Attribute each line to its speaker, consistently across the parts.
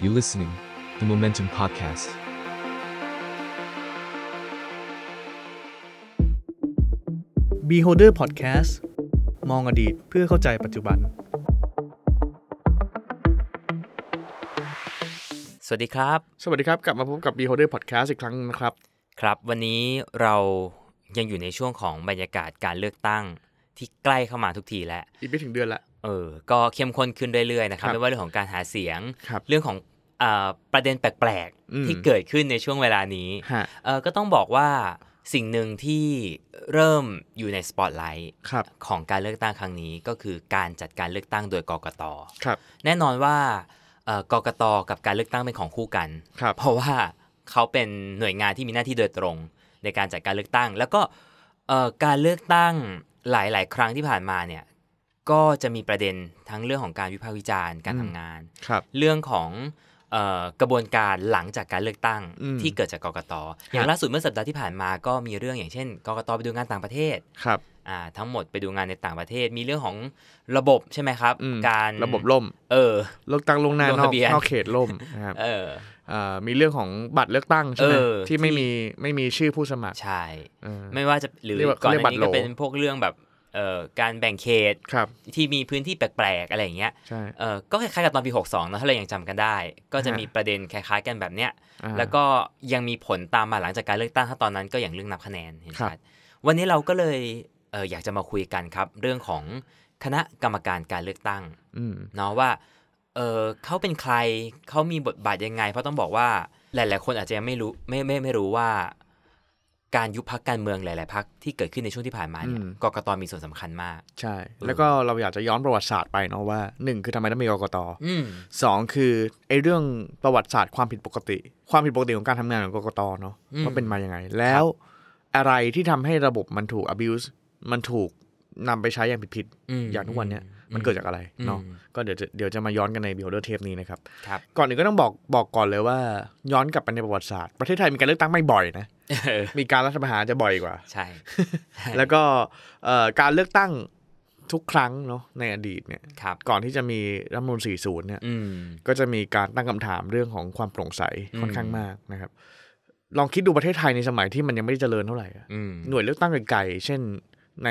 Speaker 1: You listening, the Momentum Podcast.
Speaker 2: บ Beholder Podcast มองอดีตเพื่อเข้าใจปัจจุบัน
Speaker 3: สวัสดีครับ
Speaker 2: สวัสดีครับ กลับมาพบกับ Beholder Podcast อีกครั้งนะครับ
Speaker 3: ครับ วันนี้เรายังอยู่ในช่วงของบรรยากาศการเลือกตั้งที่ใกล้เข้ามาทุกทีแล้ว
Speaker 2: อีกไม่ถึงเดือนละ
Speaker 3: เออ ก็เข้มข้นขึ้นเรื่อยๆนะครับ
Speaker 2: ครับ
Speaker 3: ไม่ว่าเรื่องของการหาเสียง
Speaker 2: ครับ
Speaker 3: เรื่องของอาประเด็นแปลก
Speaker 2: อืม
Speaker 3: ๆที่เกิดขึ้นในช่วงเวลานี้
Speaker 2: ฮะ
Speaker 3: เออก็ต้องบอกว่าสิ่งหนึ่งที่เริ่มอยู่ในสปอตไลท์
Speaker 2: ครับ
Speaker 3: ของการเลือกตั้งครั้งนี้ก็คือการจัดการเลือกตั้งโดยกกต
Speaker 2: ครับ
Speaker 3: แน่นอนว่าเอ่อกกตกับการเลือกตั้งเป็นของคู่กัน
Speaker 2: ครับ
Speaker 3: เพราะว่าเขาเป็นหน่วยงานที่มีหน้าที่โดยตรง ในการจัดการเลือกตั้ง แล้วก็เอ่อการเลือกตั้งหลาย ๆ ครั้งที่ผ่านมาเนี่ยก็จะมีประเด็นทั้งเรื่องของการวิพากษ์วิจารณ์การ
Speaker 2: อื
Speaker 3: ทำ
Speaker 2: ม
Speaker 3: งาน
Speaker 2: ครับ
Speaker 3: เรื่องของเอ่อกระบวนการหลังจากการเลือกตั้ง
Speaker 2: อืม
Speaker 3: ที่เกิดจากกกตอย่า
Speaker 2: ครั
Speaker 3: ง
Speaker 2: บ
Speaker 3: ล่าสุดเมื่อสัปดาห์ที่ผ่านมาก็มีเรื่องอย่างเช่นกกตไปดูงานต่างประเทศ
Speaker 2: ครับ
Speaker 3: อ่าทั้งหมดไปดูงานในต่างประเทศมีเรื่องของระบบใช่ไหมครับ
Speaker 2: อืม
Speaker 3: การ
Speaker 2: ระบบล่ม
Speaker 3: เออ
Speaker 2: เลือกตั้งลวงหน้า
Speaker 3: ลง
Speaker 2: นอ
Speaker 3: ทะ
Speaker 2: ก
Speaker 3: เบียน
Speaker 2: นอกเขตล่ม นะครับ
Speaker 3: เออ
Speaker 2: เอ่อมีเรื่องของบัตรเลือกตั้งใช่ไหม
Speaker 3: เออ
Speaker 2: ที่ไม่
Speaker 3: ที่
Speaker 2: มีไม่มีชื่อผู้สมัคร
Speaker 3: ใช่
Speaker 2: เออ
Speaker 3: ไม่ว่าจะหรือ
Speaker 2: เรียกว่า
Speaker 3: ก่อนห
Speaker 2: เขาเรียกบั
Speaker 3: น้า
Speaker 2: ตร
Speaker 3: นี้
Speaker 2: โหล
Speaker 3: ก็เป็นพวกเรื่องแบบเอ่อการแบ่งเขต
Speaker 2: ครับ
Speaker 3: ที่มีพื้นที่แปลกๆอะไรอย่างเงี้ย
Speaker 2: ใช่
Speaker 3: เออก็คล้ายๆกับตอนปี 62เนอะถ้าเรายังจำกันได้ ก็จะ
Speaker 2: ฮะ
Speaker 3: มีประเด็นคล้ายๆกันแบบเนี้ย
Speaker 2: อ่า
Speaker 3: แล้วก็ยังมีผลตามมาหลังจากการเลือกตั้งถ้าตอนนั้นก็อย่างเรื่องนับคะแนนเห็น
Speaker 2: ครับ
Speaker 3: ชัดวันนี้เราก็เลยเอออยากจะมาคุยกันครับ เรื่องของคณะกรรมการการเลือกตั้ง
Speaker 2: อืม
Speaker 3: เนาะว่าเออเขาเป็นใครเขามีบทบาทยังไง เพราะต้องบอกว่าหลาย ๆ คนอาจจะยังไม่รู้ไม่ไม่ไม่รู้ว่า การยุบพักการเมืองหลาย ๆพักที่เกิดขึ้นในช่วงที่ผ่านมาเนี่ย
Speaker 2: อืม
Speaker 3: กกตมีส่วนสำคัญมาก
Speaker 2: ใช่ แล้วก็เราอยากจะย้อนประวัติศาสตร์ไปเนาะว่าหนึ่งคือทำไมต้องมีกกต
Speaker 3: อืม
Speaker 2: สองคือไอ้เรื่องประวัติศาสตร์ความผิดปกติ ความผิดปกติของการทำงานของกกตเนาะ
Speaker 3: อืม
Speaker 2: ว่าเป็นมายังไง แล้วอะไรที่ทำให้ระบบมันถูก abuse มันถูกนำไปใช้อย่างผิด
Speaker 3: ม
Speaker 2: ๆอย่างทุกวันเนี้ยมัน
Speaker 3: อื
Speaker 2: เกิดจากอะไรเนาะ
Speaker 3: อืม
Speaker 2: ก็เดี๋ยวจะเดี๋ยวจะมาย้อนกันใน beholder tape นี้นะครับ
Speaker 3: ครับ
Speaker 2: ก่อนอื่นก็ต้องบอกบอกก่อนเลยว่า ย้อนกลับไปในประวัติศาสตร์ ประเทศไทยมีการเลือกตั้งไม่บ่อยนะมีการรัฐประหารจะบ่อยก ว่า
Speaker 3: ใช่
Speaker 2: แล้วก็เอ่อการเลือกตั้งทุกครั้งเนาะในอดีตเนี่ย
Speaker 3: ครับ
Speaker 2: ก่อนที่จะมีรัฐธรรมนูล40เนี่ย
Speaker 3: อืม
Speaker 2: ก็จะมีการตั้งคำถามเรื่องของความโปร่งใส
Speaker 3: อืม
Speaker 2: ค่อนข้างมากนะครับ ลองคิดดูประเทศไทยในสมัยที่มันยังไม่ได้เจริญเท่าไหร่อะ
Speaker 3: อืม
Speaker 2: หน่วยเลือกตั้งไกลๆเช่นใน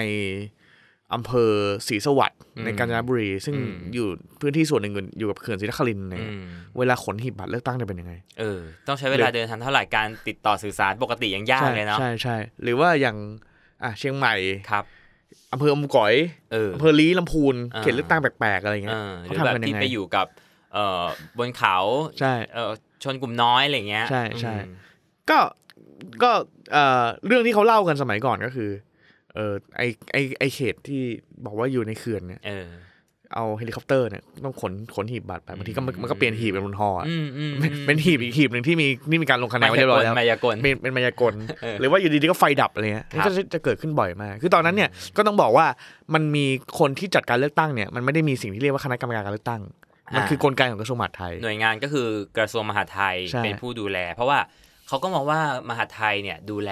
Speaker 2: อำเภอศรีสวัสดิ์
Speaker 3: อืม
Speaker 2: ในกาญจนบุรี ซึ่ง
Speaker 3: อืม
Speaker 2: อยู่พื้นที่ส่วนหนึ่งอยู่กับเขื่อนศรีนครินทร์เนี่ย
Speaker 3: อืม
Speaker 2: เวลาขนหีบบัตรเลือกตั้งจะเป็นยังไง
Speaker 3: เออ ต้องใช้เวลาเดินทางเท่าไหร่การติดต่อสื่อสารปกติยังยาก
Speaker 2: ใช่
Speaker 3: เลยเนาะ
Speaker 2: ใช่ใช่หรือว่าอย่างอ่ะเชียงใหม่
Speaker 3: ครับ
Speaker 2: อำเภออมก๋อย
Speaker 3: เออ
Speaker 2: อำเภอลี้ลำพูน
Speaker 3: อ่า
Speaker 2: เขตเลือกตั้งแปลกๆอะไรอย่าง
Speaker 3: เอ
Speaker 2: เงี้ย
Speaker 3: อห
Speaker 2: เขา
Speaker 3: รือ
Speaker 2: ทำ
Speaker 3: แบบ
Speaker 2: กันยั
Speaker 3: ที่
Speaker 2: งไง
Speaker 3: ไปอยู่กับเอ่อบนเขา
Speaker 2: ใช่
Speaker 3: เอ่อชนกลุ่มน้อยอะไรอย่างเงี้ย
Speaker 2: ใช่ใช่
Speaker 3: อืม
Speaker 2: ก็ก็เอ่อเรื่องที่เขาเล่ากันสมัยก่อนก็คือเออไอไอไอเขตที่บอกว่าอยู่ในเขื่อนเนี่ย
Speaker 3: เออ
Speaker 2: เอาเฮลิคอปเตอร์เนี่ยต้องขนขนหีบบัตรไปบางทีก็มัน
Speaker 3: อืม
Speaker 2: มันก็เปลี่ยนหีบเป็นบนฮออะ
Speaker 3: อืมอืม
Speaker 2: เป็นเป็นหีบอีกหีบหนึ่งที่มีนี่มีการลงคะแน
Speaker 3: มาน
Speaker 2: ไว้เรียบร้อยแล้ว
Speaker 3: มายากล
Speaker 2: เป็นเป็นมายากล
Speaker 3: เออ
Speaker 2: หรือว่าอยู่ดีๆก็ไฟดับอะไรเงี้ย
Speaker 3: ครับ
Speaker 2: ก็จะจะเกิดขึ้นบ่อยมาก คือตอนนั้นเนี่ยก็ต้องบอกว่ามันมีคนที่จัดการเลือกตั้งเนี่ยมันไม่ได้มีสิ่งที่เรียกว่าคณะกรรมการการเลือกตั้ง มันคือกลไกของกระทรวงมหาดไทย
Speaker 3: หน่วยงานก็คือกระทรวงมหาดไทย
Speaker 2: ใช่
Speaker 3: เป็นผู้ดูแล เพราะว่าเขาก็มองว่ามหาดไทยเนี่ยดูแล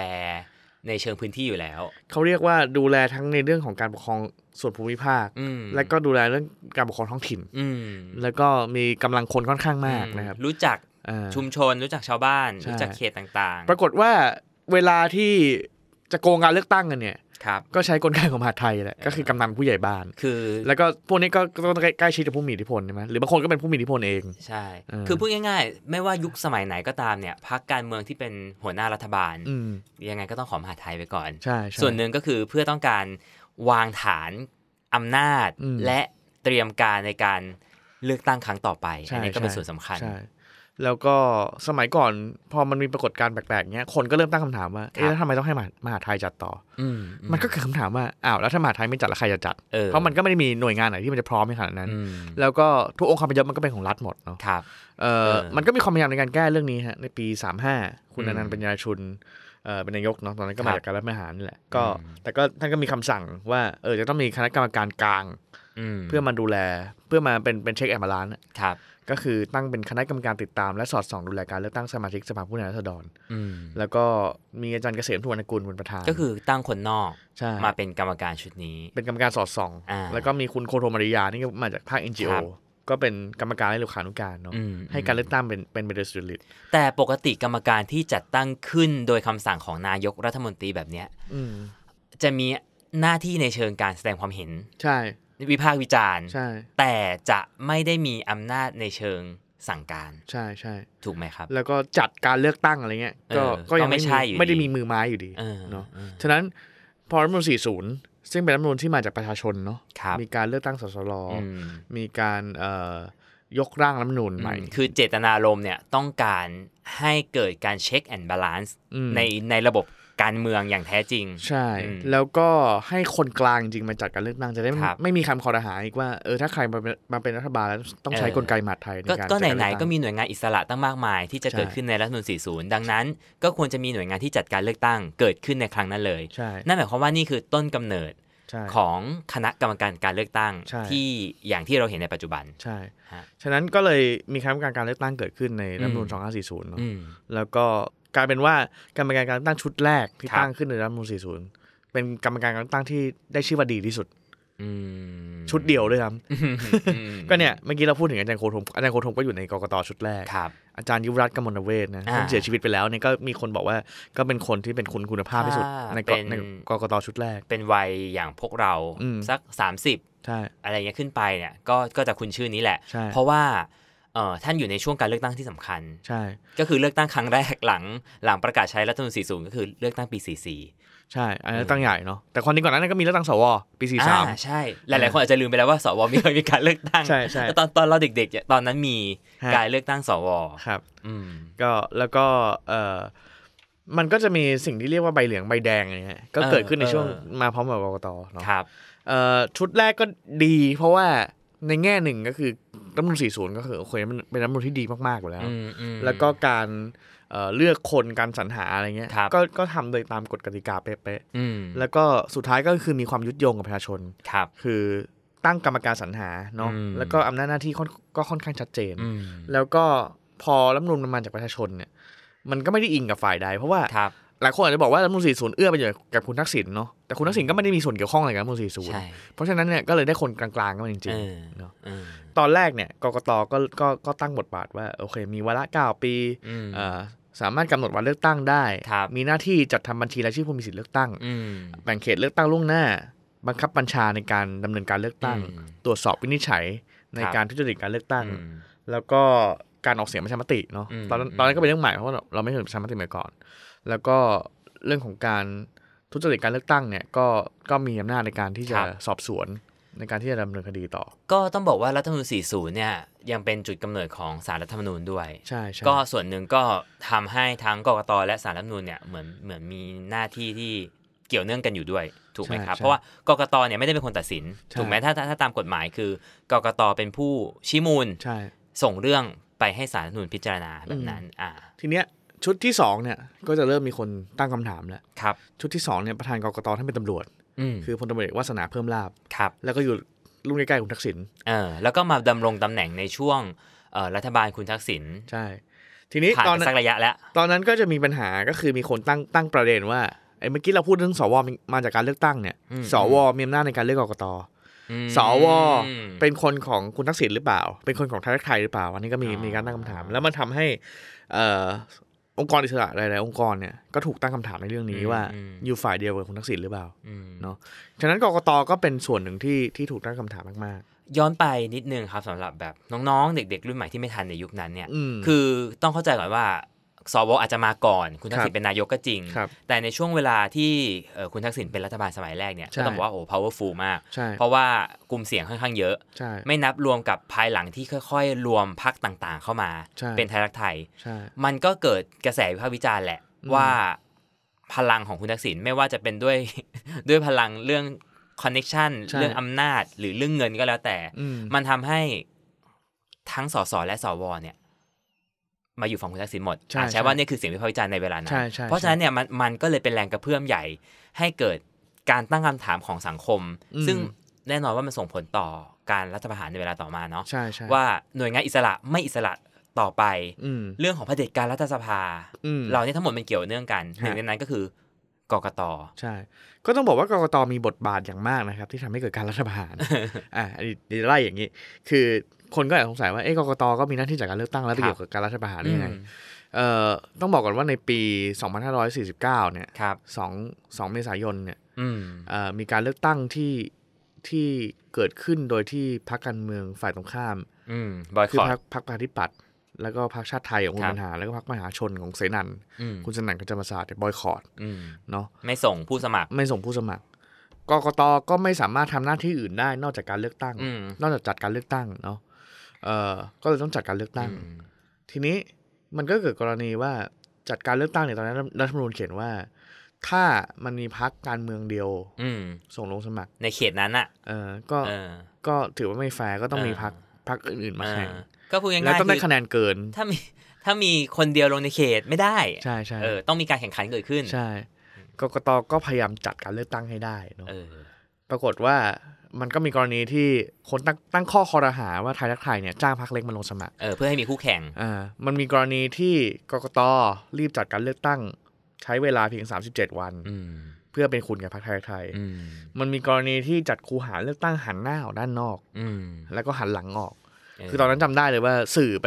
Speaker 3: ในเชิงพื้นที่อยู่แล้ว
Speaker 2: เขาเรียกว่าดูแลทั้งในเรื่องของการปกครองส่วนภูมิภาค
Speaker 3: อืม
Speaker 2: แล้วก็ดูแลเรื่องการปกครองท้องถิ่น
Speaker 3: อืม
Speaker 2: แล้วก็มีกำลังคนค่อนข้างมากนะครับ
Speaker 3: รู้จัก
Speaker 2: อ่า
Speaker 3: ชุมชนรู้จักชาวบ้าน
Speaker 2: ใช่
Speaker 3: รู้จักเขตต่าง
Speaker 2: ปรากฏว่าเวลาที่จะโกงการเลือกตั้งกันเนี่ย
Speaker 3: ๆครับ
Speaker 2: ก็ใช้กลไกของมหาดไทยแหละก็คือกำนันผู้ใหญ่บ้าน
Speaker 3: คือ
Speaker 2: แล้วก็พวกนี้ก็ก็ต้องใกล้ชิดกับผู้มีอิทธิพลใช่ไหมหรือบางคนก็เป็นผู้มีอิทธิพลเอง
Speaker 3: ใช่
Speaker 2: เออ
Speaker 3: คือพูดง่ายๆ ไม่ว่ายุคสมัยไหนก็ตามเนี่ยพรรคการเมืองที่เป็นหัวหน้ารัฐบาล
Speaker 2: อืม
Speaker 3: ยังไงก็ต้องขอมหาดไทยไปก่อน
Speaker 2: ใช่ใช่
Speaker 3: ส่วนหนึ่งก็คือเพื่อต้องการวางฐานอำนาจ
Speaker 2: อืม
Speaker 3: และเตรียมการในการเลือกตั้งครั้งต่อไป
Speaker 2: ใช่
Speaker 3: อันนี้ก็เป็น
Speaker 2: ใช่
Speaker 3: ส่วนสำคัญ
Speaker 2: ใช่ แล้วก็สมัยก่อนพอมันมีปรากฏการณ์แปลกๆเนี้ยคนก็เริ่มตั้งคำถามว่า
Speaker 3: ครั
Speaker 2: เอ๊ะ
Speaker 3: บ
Speaker 2: แล้วทำไมต้องให้มหามหาดไทยจัดต่อ
Speaker 3: อืม
Speaker 2: อมันก็คือคำถามว่าอ้าวแล้วถ้ามหาดไทยไม่จัดแล้วใครจะจัด
Speaker 3: ออ
Speaker 2: เพราะมันก็ไม่ได้มีหน่วยงานไหนที่มันจะพร้อมในขนาดนั้น
Speaker 3: อืม
Speaker 2: แล้วก็ทุกองค์คาพยพมันก็เป็นของรัฐหมดเนาะ
Speaker 3: ครับ
Speaker 2: เอ่อ
Speaker 3: เออ
Speaker 2: มันก็มีความพยายามในการแก้เรื่องนี้ฮะในปี 35 คุณ
Speaker 3: อืม
Speaker 2: อนันต์ปัญญาชุนเอ่อเป็นนายกเนาะตอนนั้นก็
Speaker 3: ครั
Speaker 2: มา
Speaker 3: บ
Speaker 2: จากการรัฐประหารนี่แหละก็
Speaker 3: อืม
Speaker 2: แต่ก็ท่านก็มีคำสั่งว่าเออจะต้องมีคณะกรรมการกลาง
Speaker 3: ม
Speaker 2: เพื่อมาดูแล เพื่อมาเป็นเป็นเช็คแอมบาลาน
Speaker 3: ครับ
Speaker 2: ก็คือตั้งเป็นคณะกรรมการติดตามและสอดส่องดูแลการเลือกตั้งสมาชิกสภาผู้แทนราษฎร
Speaker 3: อืม
Speaker 2: แล้วก็มีอาจารย์เกษมทุวรรณกุลเป็นประธาน
Speaker 3: ก็คือตั้งคนนอก
Speaker 2: ใช่
Speaker 3: มาเป็นกรรมการชุดนี้
Speaker 2: เป็นกรรมการสอดส่อง
Speaker 3: อ่า
Speaker 2: แล้วก็มีคุณโคโทมาริยานี่ก็มาจากภาค NGO
Speaker 3: ครับ
Speaker 2: ก็เป็นกรรมการและเลขานุการเนาะ
Speaker 3: อืม
Speaker 2: ให้การเลือกตั้งเป็นเป็นไปโดยสุจริต
Speaker 3: แต่ปกติกรรมการที่จัดตั้งขึ้นโดยคำสั่งของนายกรัฐมนตรีแบบเนี้ย
Speaker 2: อืม
Speaker 3: จะมีหน้าที่ในเชิงการแสดงความเห็น
Speaker 2: ใช่
Speaker 3: วิพากษ์วิจารณ์
Speaker 2: ใช่
Speaker 3: แต่จะไม่ได้มีอำนาจในเชิงสั่งการ
Speaker 2: ใช่ใช่
Speaker 3: ถูกไหมครับ
Speaker 2: แล้วก็จัดการเลือกตั้งอะไรเงี้ยก็
Speaker 3: เออ
Speaker 2: ก็ยัง
Speaker 3: ก็ไม่
Speaker 2: ไม่
Speaker 3: ใช่
Speaker 2: มี
Speaker 3: อยู่ดี
Speaker 2: ไม่ได้มีมือไม้อยู่ดี
Speaker 3: เออ
Speaker 2: เนาะ
Speaker 3: เออ
Speaker 2: ฉะนั้นพอรัฐธรรมนูญ40 ซึ่งเป็นรัฐธรรมนูญที่มาจากประชาชนเนาะ
Speaker 3: ครับ
Speaker 2: มีการเลือกตั้งสสร
Speaker 3: ม
Speaker 2: มีการเอ่อยกร่างรัฐธรรมนูญใหม่
Speaker 3: คือเจตนารมณ์เนี่ยต้องการให้เกิดการเช็คแอนด์บาลานซ์
Speaker 2: อืม
Speaker 3: ในในระบบการเมืองอย่างแท้จริง
Speaker 2: ใช่
Speaker 3: อืม
Speaker 2: แล้วก็ให้คนกลางจริงๆมาจัดการเลือกตั้งจะได้ไม่
Speaker 3: ครับ
Speaker 2: ไม่มีคำคอรหาอีกว่าเออถ้าใครมาเป็นมาเป็นรัฐบาลแล้วต้องใช้กลไกหมหาดไทยใน
Speaker 3: ก็
Speaker 2: การ
Speaker 3: ก็
Speaker 2: จัดาร
Speaker 3: ไหนๆ
Speaker 2: เลือตั้
Speaker 3: ก็
Speaker 2: ง
Speaker 3: มีหน่วยงานอิสระตั้งมากมาย ที่จะ
Speaker 2: ใช่
Speaker 3: เกิดขึ้นในรัฐธรรมนูญ40 ดังนั้น ก็ควรจะมีหน่วยงานที่จัดการเลือกตั้งเกิดขึ้นในครั้งนั้นเลย
Speaker 2: ใช่
Speaker 3: นั่นหมายความว่านี่คือต้นกำเนิด
Speaker 2: ใช่
Speaker 3: ของคณะกรรมการการเลือกตั้ง
Speaker 2: ใช่
Speaker 3: ที่อย่างที่เราเห็นในปัจจุบัน
Speaker 2: ใช่
Speaker 3: ฮะ
Speaker 2: ฉะนั้นก็เลยมีคณะกรรมการการเลือกตั้งเกิดขึ้นในรัฐธรรมนูญ
Speaker 3: อืม
Speaker 2: 2540เนอะ
Speaker 3: อืม
Speaker 2: แล้วก็กลายเป็นว่ากรรมการการเลือกตั้งชุดแรกที่
Speaker 3: ครับ
Speaker 2: ตั้งขึ้นในรัฐธรรมนูญ40 เป็นกรรมการการเลือกตั้งที่ได้ชื่อว่าดีที่สุด
Speaker 3: อืม
Speaker 2: ชุดเดียวด้วยครับ
Speaker 3: อืม
Speaker 2: ก็เนี่ยเมื่อกี้เราพูดถึงอาจารย์โคธมอาจารย์โคธมก็อยู่ในกกตชุดแรก
Speaker 3: ครับ
Speaker 2: อาจารย์ยุวรัตน์กมลเวทนะ
Speaker 3: อ่า
Speaker 2: ท่านเสียชีวิตไปแล้วเนี่ยก็มีคนบอกว่าก็เป็นคนที่เป็นคุณคุณภาพที่สุด
Speaker 3: อ่า
Speaker 2: ในก
Speaker 3: เป็น
Speaker 2: ในกกตชุดแรก
Speaker 3: เป็นวัยอย่างพวกเรา
Speaker 2: อืม
Speaker 3: สัก 30
Speaker 2: ใช่
Speaker 3: อะไรเงี้ยขึ้นไปเนี่ยก็ก็จะคุ้นชื่อนี้แหละ
Speaker 2: ใช่
Speaker 3: เพราะว่าเอ่อท่านอยู่ในช่วงการเลือกตั้งที่สำคัญ
Speaker 2: ใช่
Speaker 3: ก็คือเลือกตั้งครั้งแรกหลังหลังประกาศใช้รัฐธรรมนูญ40 ก็คือเลือกตั้งปี 44
Speaker 2: ใช่อันนี้นเลือกตั้งใหญ่เนาะแต่ความจริงก่อนหนานั้นก็มีเลือกตั้งสวปีสี่สาม
Speaker 3: อ่ใช่ หลายๆคนอาจจะลืมไปแล้วว่าสวไม่เคยมีการเลือกตั้ง
Speaker 2: ใช่ใช่
Speaker 3: แต่ตอนตอนเราเด็กๆเนี่ยตอนนั้นมี
Speaker 2: ฮะ
Speaker 3: การเลือกตั้งสว
Speaker 2: ครับ
Speaker 3: อืม
Speaker 2: ก็แล้วก็เออมันก็จะมีสิ่งที่เรียกว่าใบเหลืองใบแดงอะไรเงี้ยก็เกิดขึ้นใน
Speaker 3: เออ
Speaker 2: ช่วง
Speaker 3: เออ
Speaker 2: มาพร้อมกับกกตเนาะ
Speaker 3: ครับ
Speaker 2: เอ่อชุดแรกก็ดีเพราะว่าในแง่หนึ่งก็คือรัฐธรรมนูญ40 ก็คือโอเคมันเป็นรัฐธรรมนูญที่ดีมากๆอยู่แล้ว
Speaker 3: อืมอืม
Speaker 2: แล้วก็การเอ่อเลือกคนการสรรหาอะไรเงี้ย
Speaker 3: ครับ
Speaker 2: ก็ก็ทำโดยตามกฎกติกาเป๊ะ
Speaker 3: อืม
Speaker 2: ๆแล้วก็สุดท้ายก็คือมีความยุดโยงกับประชาชน
Speaker 3: ครับ
Speaker 2: คือตั้งกรรมการสรรหาเนาะ
Speaker 3: อืม
Speaker 2: แล้วก็อำนาจหน้าที่ค่อนก็ค่อนข้างชัดเจน
Speaker 3: อืม
Speaker 2: แล้วก็พอรัฐธรรมนูลมันมาจากประชาชนเนี่ยมันก็ไม่ได้อิงกับฝ่ายใด เพราะว่า
Speaker 3: ครับ
Speaker 2: หลายคนอาจจะบอกว่ารัฐธรรมนูล40 เอื้อประโยชน์กับคุณทักษิณเนาะแต่คุณทักษิณก็ไม่ได้มีส่วนเกี่ยวข้องอะไรกับรัฐธรรมนูล
Speaker 3: ใช่
Speaker 2: 40 เพราะฉะนั้นเนี่ยก็เลยได้คนกลางๆกันมาจริ
Speaker 3: เอง อ
Speaker 2: ๆเนาะ
Speaker 3: เออ
Speaker 2: ตอนแรกเนี่ยกกตก็ก็ก็ตั้งบทบาทว่าโอเค มีวาระ 9 ปี
Speaker 3: อืม
Speaker 2: เอ่อสามารถกำหนดวันเลือกตั้งได้
Speaker 3: ครับ
Speaker 2: มีหน้าที่จัดทำบัญชีรายชื่อผู้มีสิทธิเลือกตั้ง
Speaker 3: อืม
Speaker 2: แบ่งเขตเลือกตั้งล่วงหน้า บังคับบัญชาในการดำเนินการเลือกตั้ง
Speaker 3: อืม
Speaker 2: ตรวจสอบวินิจฉัยใน
Speaker 3: ครับ
Speaker 2: การทุจริตการเลือกตั้ง
Speaker 3: อืม
Speaker 2: แล้วก็การออกเสียงประชามติเนาะ
Speaker 3: อืม
Speaker 2: ตอนนั้น
Speaker 3: อืม
Speaker 2: ตอนนั้นก็เป็นเรื่องใหม่เพราะว่าเราเราไม่เคยประชามติมาก่อน แล้วก็เรื่องของการทุจริตการเลือกตั้งเนี่ยก็ก็มีอำนาจในการที่จะสอบสวนในการที่จะดำเนินคดีต่อ
Speaker 3: ก็ต้องบอกว่ารัฐธรรมนูญ40 เนี่ย ยังเป็นจุดกำเนิดของสารรัฐธรรมนูญด้วย
Speaker 2: ใช่ใช่
Speaker 3: ก็ส่วนหนึ่งก็ทำให้ทั้งกกตและสารรัฐธรรมนูญเนี่ยเหมือนเหมือนมีหน้าที่ที่เกี่ยวเนื่องกันอยู่ด้วย ถูกไหมครับ เพราะว่ากกตเนี่ยไม่ได้เป็นคนตัดสิน ถูกไหมถ้าถ้าถ้าตามกฎหมายคือกกตเป็นผู้ชี้มูล
Speaker 2: ใช่
Speaker 3: ส่งเรื่องไปให้สารรัฐธรรมนูญพิจารณาแบบนั้น อ่า
Speaker 2: ทีเนี้ยชุดที่สองเนี่ยก็จะเริ่มมีคนตั้งคำถามแล้ว
Speaker 3: ครับ
Speaker 2: ชุดที่สองเนี่ยประธานกกตท่านเป็นตำรวจ
Speaker 3: อืม
Speaker 2: คือพลตำรวจเอกวาสนาเพิ่มลาบ
Speaker 3: ครับ
Speaker 2: แล้วก็อยู่รุ่นใกล้ๆคุณทักษิณ
Speaker 3: เออแล้วก็มาดำรงตำแหน่งในช่วงเอ่อรัฐบาลคุณทักษิณ
Speaker 2: ใช่ ทีนี้
Speaker 3: ผ่าน
Speaker 2: ตอน
Speaker 3: ไป
Speaker 2: นั้น
Speaker 3: สักระยะแล้ว
Speaker 2: ตอนนั้นก็จะมีปัญหาก็คือมีคนตั้งตั้งประเด็นว่าไอ้เมื่อกี้เราพูดเรื่องสวมาจากการเลือกตั้งเนี่ย
Speaker 3: อืม
Speaker 2: สวมีอำนาจในการเลือกกกต
Speaker 3: อืม
Speaker 2: สวเป็นคนของคุณทักษิณหรือเปล่า เป็นคนของไทยรักไทยหรือเปล่าอันนี้ก็มี
Speaker 3: อ๋อ
Speaker 2: มีการตั้งคำถาม แล้วมันทำให้เอ่อองค์กรอิสระหลายๆองค์กรเนี่ยก็ถูกตั้งคำถามในเรื่องนี้ว่าอยู่ฝ่ายเดียวกับคุณทักษิณหรือเปล่า
Speaker 3: อืม
Speaker 2: เนอะ ฉะนั้นกกตก็เป็นส่วนหนึ่งที่ที่ถูกตั้งคำถามมาก
Speaker 3: ย้อนไปนิดนึงครับสำหรับแบบน้องๆ เด็ก ๆ รุ่นใหม่ที่ไม่ทันในยุคนั้นเนี่ย
Speaker 2: ๆ อืม
Speaker 3: คือต้องเข้าใจก่อนว่าสวอาจจะมาก่อน คุณทักษิณ
Speaker 2: ครับ
Speaker 3: เป็นนายกก็จริง
Speaker 2: ครับ
Speaker 3: แต่ในช่วงเวลาที่เอ่อคุณทักษิณเป็นรัฐบาลสมัยแรกเนี่ย
Speaker 2: ใช่
Speaker 3: ก็ต้องบอกว่าโอ้ powerful มาก
Speaker 2: ใช่
Speaker 3: เพราะว่ากลุ่มเสียงค่อนข้างเยอะ
Speaker 2: ใช่
Speaker 3: ไม่นับรวมกับภายหลังที่ค่อย ๆ รวมพักต่างๆ เข้ามา
Speaker 2: ใช่
Speaker 3: เป็นไทยรักไทย
Speaker 2: ใช่
Speaker 3: มันก็เกิดกระแสวิพากษ์วิจารณ์แหละ
Speaker 2: อืม
Speaker 3: ว่าพลังของคุณทักษิณไม่ว่าจะเป็นด้วย ด้วยพลังเรื่องคอนเน็ชันเรื่องอำนาจ หรือเรื่องเงินก็แล้วแต่
Speaker 2: อืม
Speaker 3: มันทำให้ทั้งสสและสวเนี่ย มาอยู่ฝั่งคุณทักษิณหมด
Speaker 2: ใช่
Speaker 3: อ่ะ
Speaker 2: ใช่
Speaker 3: ใช้ว่าเนี่ยคือเสียงวิพากษ์วิจารณ์ในเวลานั้น
Speaker 2: ใช่ใช่
Speaker 3: เพราะฉะนั้นเนี่ยมันมันก็เลยเป็นแรงกระเพื่อมใหญ่ ให้เกิดการตั้งคำถามของสังคม
Speaker 2: อืม
Speaker 3: ซึ่งแน่นอนว่ามันส่งผลต่อการรัฐประหารในเวลาต่อมาเนาะ
Speaker 2: ใช่ใช่
Speaker 3: ว่าหน่วยงานอิสระไม่อิสระต่อไป
Speaker 2: อืม
Speaker 3: เรื่องของเผด็จการรัฐสภา
Speaker 2: อืม
Speaker 3: เราเนี่ยทั้งหมดมันเกี่ยวเนื่องกัน หนึ่ง
Speaker 2: ฮะ
Speaker 3: ในนั้นก็คือ กกต
Speaker 2: ใช่ ก็ต้องบอกว่ากกตมีบทบาทอย่างมากนะครับ ที่ทำให้เกิดการรัฐประหาร อ่ะอันนี้เดี๋ยวไล่อย่างนี้ คือคนก็อาจสงสัยว่าเอ๊ะกกตก็มีหน้าที่จากการเลือกตั้งแล้วไป
Speaker 3: ครับ
Speaker 2: เกี่ยวกับการรัฐประหารได้ยังไง
Speaker 3: อืม
Speaker 2: เอ่อต้องบอกก่อนว่าในปี 2549 เนี่ย
Speaker 3: ครับ
Speaker 2: สองสองเมษายนเนี่ย
Speaker 3: อืม
Speaker 2: เอ่อมีการเลือกตั้งที่ที่เกิดขึ้นโดยที่พรรคการเมืองฝ่ายตรงข้าม
Speaker 3: อืมบอย
Speaker 2: คือ
Speaker 3: คอ
Speaker 2: พ
Speaker 3: ร
Speaker 2: รรคพรรคประชาธิปัตย์แล้วก็พรรคชาติไทยของคุ
Speaker 3: ครั
Speaker 2: ณ
Speaker 3: บ
Speaker 2: บรรหารแล้วก็พรรคมหาชนของเสนัน
Speaker 3: อืม
Speaker 2: คุณเสนันกัญจามศาสตร์เนี่ยบอยคอรด
Speaker 3: อืม
Speaker 2: เนาะ
Speaker 3: ไม่ส่งผู้สมัคร
Speaker 2: ไม่ส่งผู้สมัคร กกตก็ไม่สามารถทำหน้าที่อื่นได้นอกจากการเลือกตั้ง
Speaker 3: อืม
Speaker 2: นอกจากจัดการเลือกตั้งเนาะ เอ่อ ก็เลยต้องจัดการเลือกตั้ง
Speaker 3: อืม
Speaker 2: ทีนี้มันก็เกิดกรณีว่าจัดการเลือกตั้งเนี่ยตอนนั้นรัฐธรรมนูญเขียนว่า ถ้ามันมีพักการเมืองเดียว
Speaker 3: อืม
Speaker 2: ส่งลงสมัคร
Speaker 3: ในเขตนั้นอ่ะ
Speaker 2: เออก็
Speaker 3: เออ
Speaker 2: ก็ถือว่าไม่แฟร์ก็ต้องมี
Speaker 3: เออ
Speaker 2: พักพักอื่นๆมา
Speaker 3: อ่า
Speaker 2: แข่ง
Speaker 3: ก็พูดง่ายๆ
Speaker 2: แล้วต้องได้
Speaker 3: คือ
Speaker 2: คะแนนเกิน
Speaker 3: ถ้ามีถ้ามีคนเดียวลงในเขตไม่ได้
Speaker 2: ใช่ใช่
Speaker 3: เออต้องมีการแข่งขันเกิดขึ้น
Speaker 2: ใช่กกตก็พยายามจัดการเลือกตั้งให้ได้เนาะ
Speaker 3: เออ
Speaker 2: ปรากฏว่ามันก็มีกรณีที่คนตั้งตั้งข้อคอรหาว่าไทยรักไทยเนี่ยจ้างพรรคเล็กมาลงสมัคร
Speaker 3: เออเพื่อให้มีคู่แข่ง
Speaker 2: อ่ามันมีกรณีที่กกตรีบจัดการเลือกตั้ง ใช้เวลาเพียง 37 วัน
Speaker 3: อืม
Speaker 2: เพื่อเป็นคุณกับพรรคไทยรักไทย
Speaker 3: อืม
Speaker 2: มันมีกรณีที่จัดคูหาเลือกตั้งหันหน้าออกด้านนอก
Speaker 3: อืม
Speaker 2: แล้วก็หันหลังออก คือตอนนั้นจำได้เลยว่าสื่อไป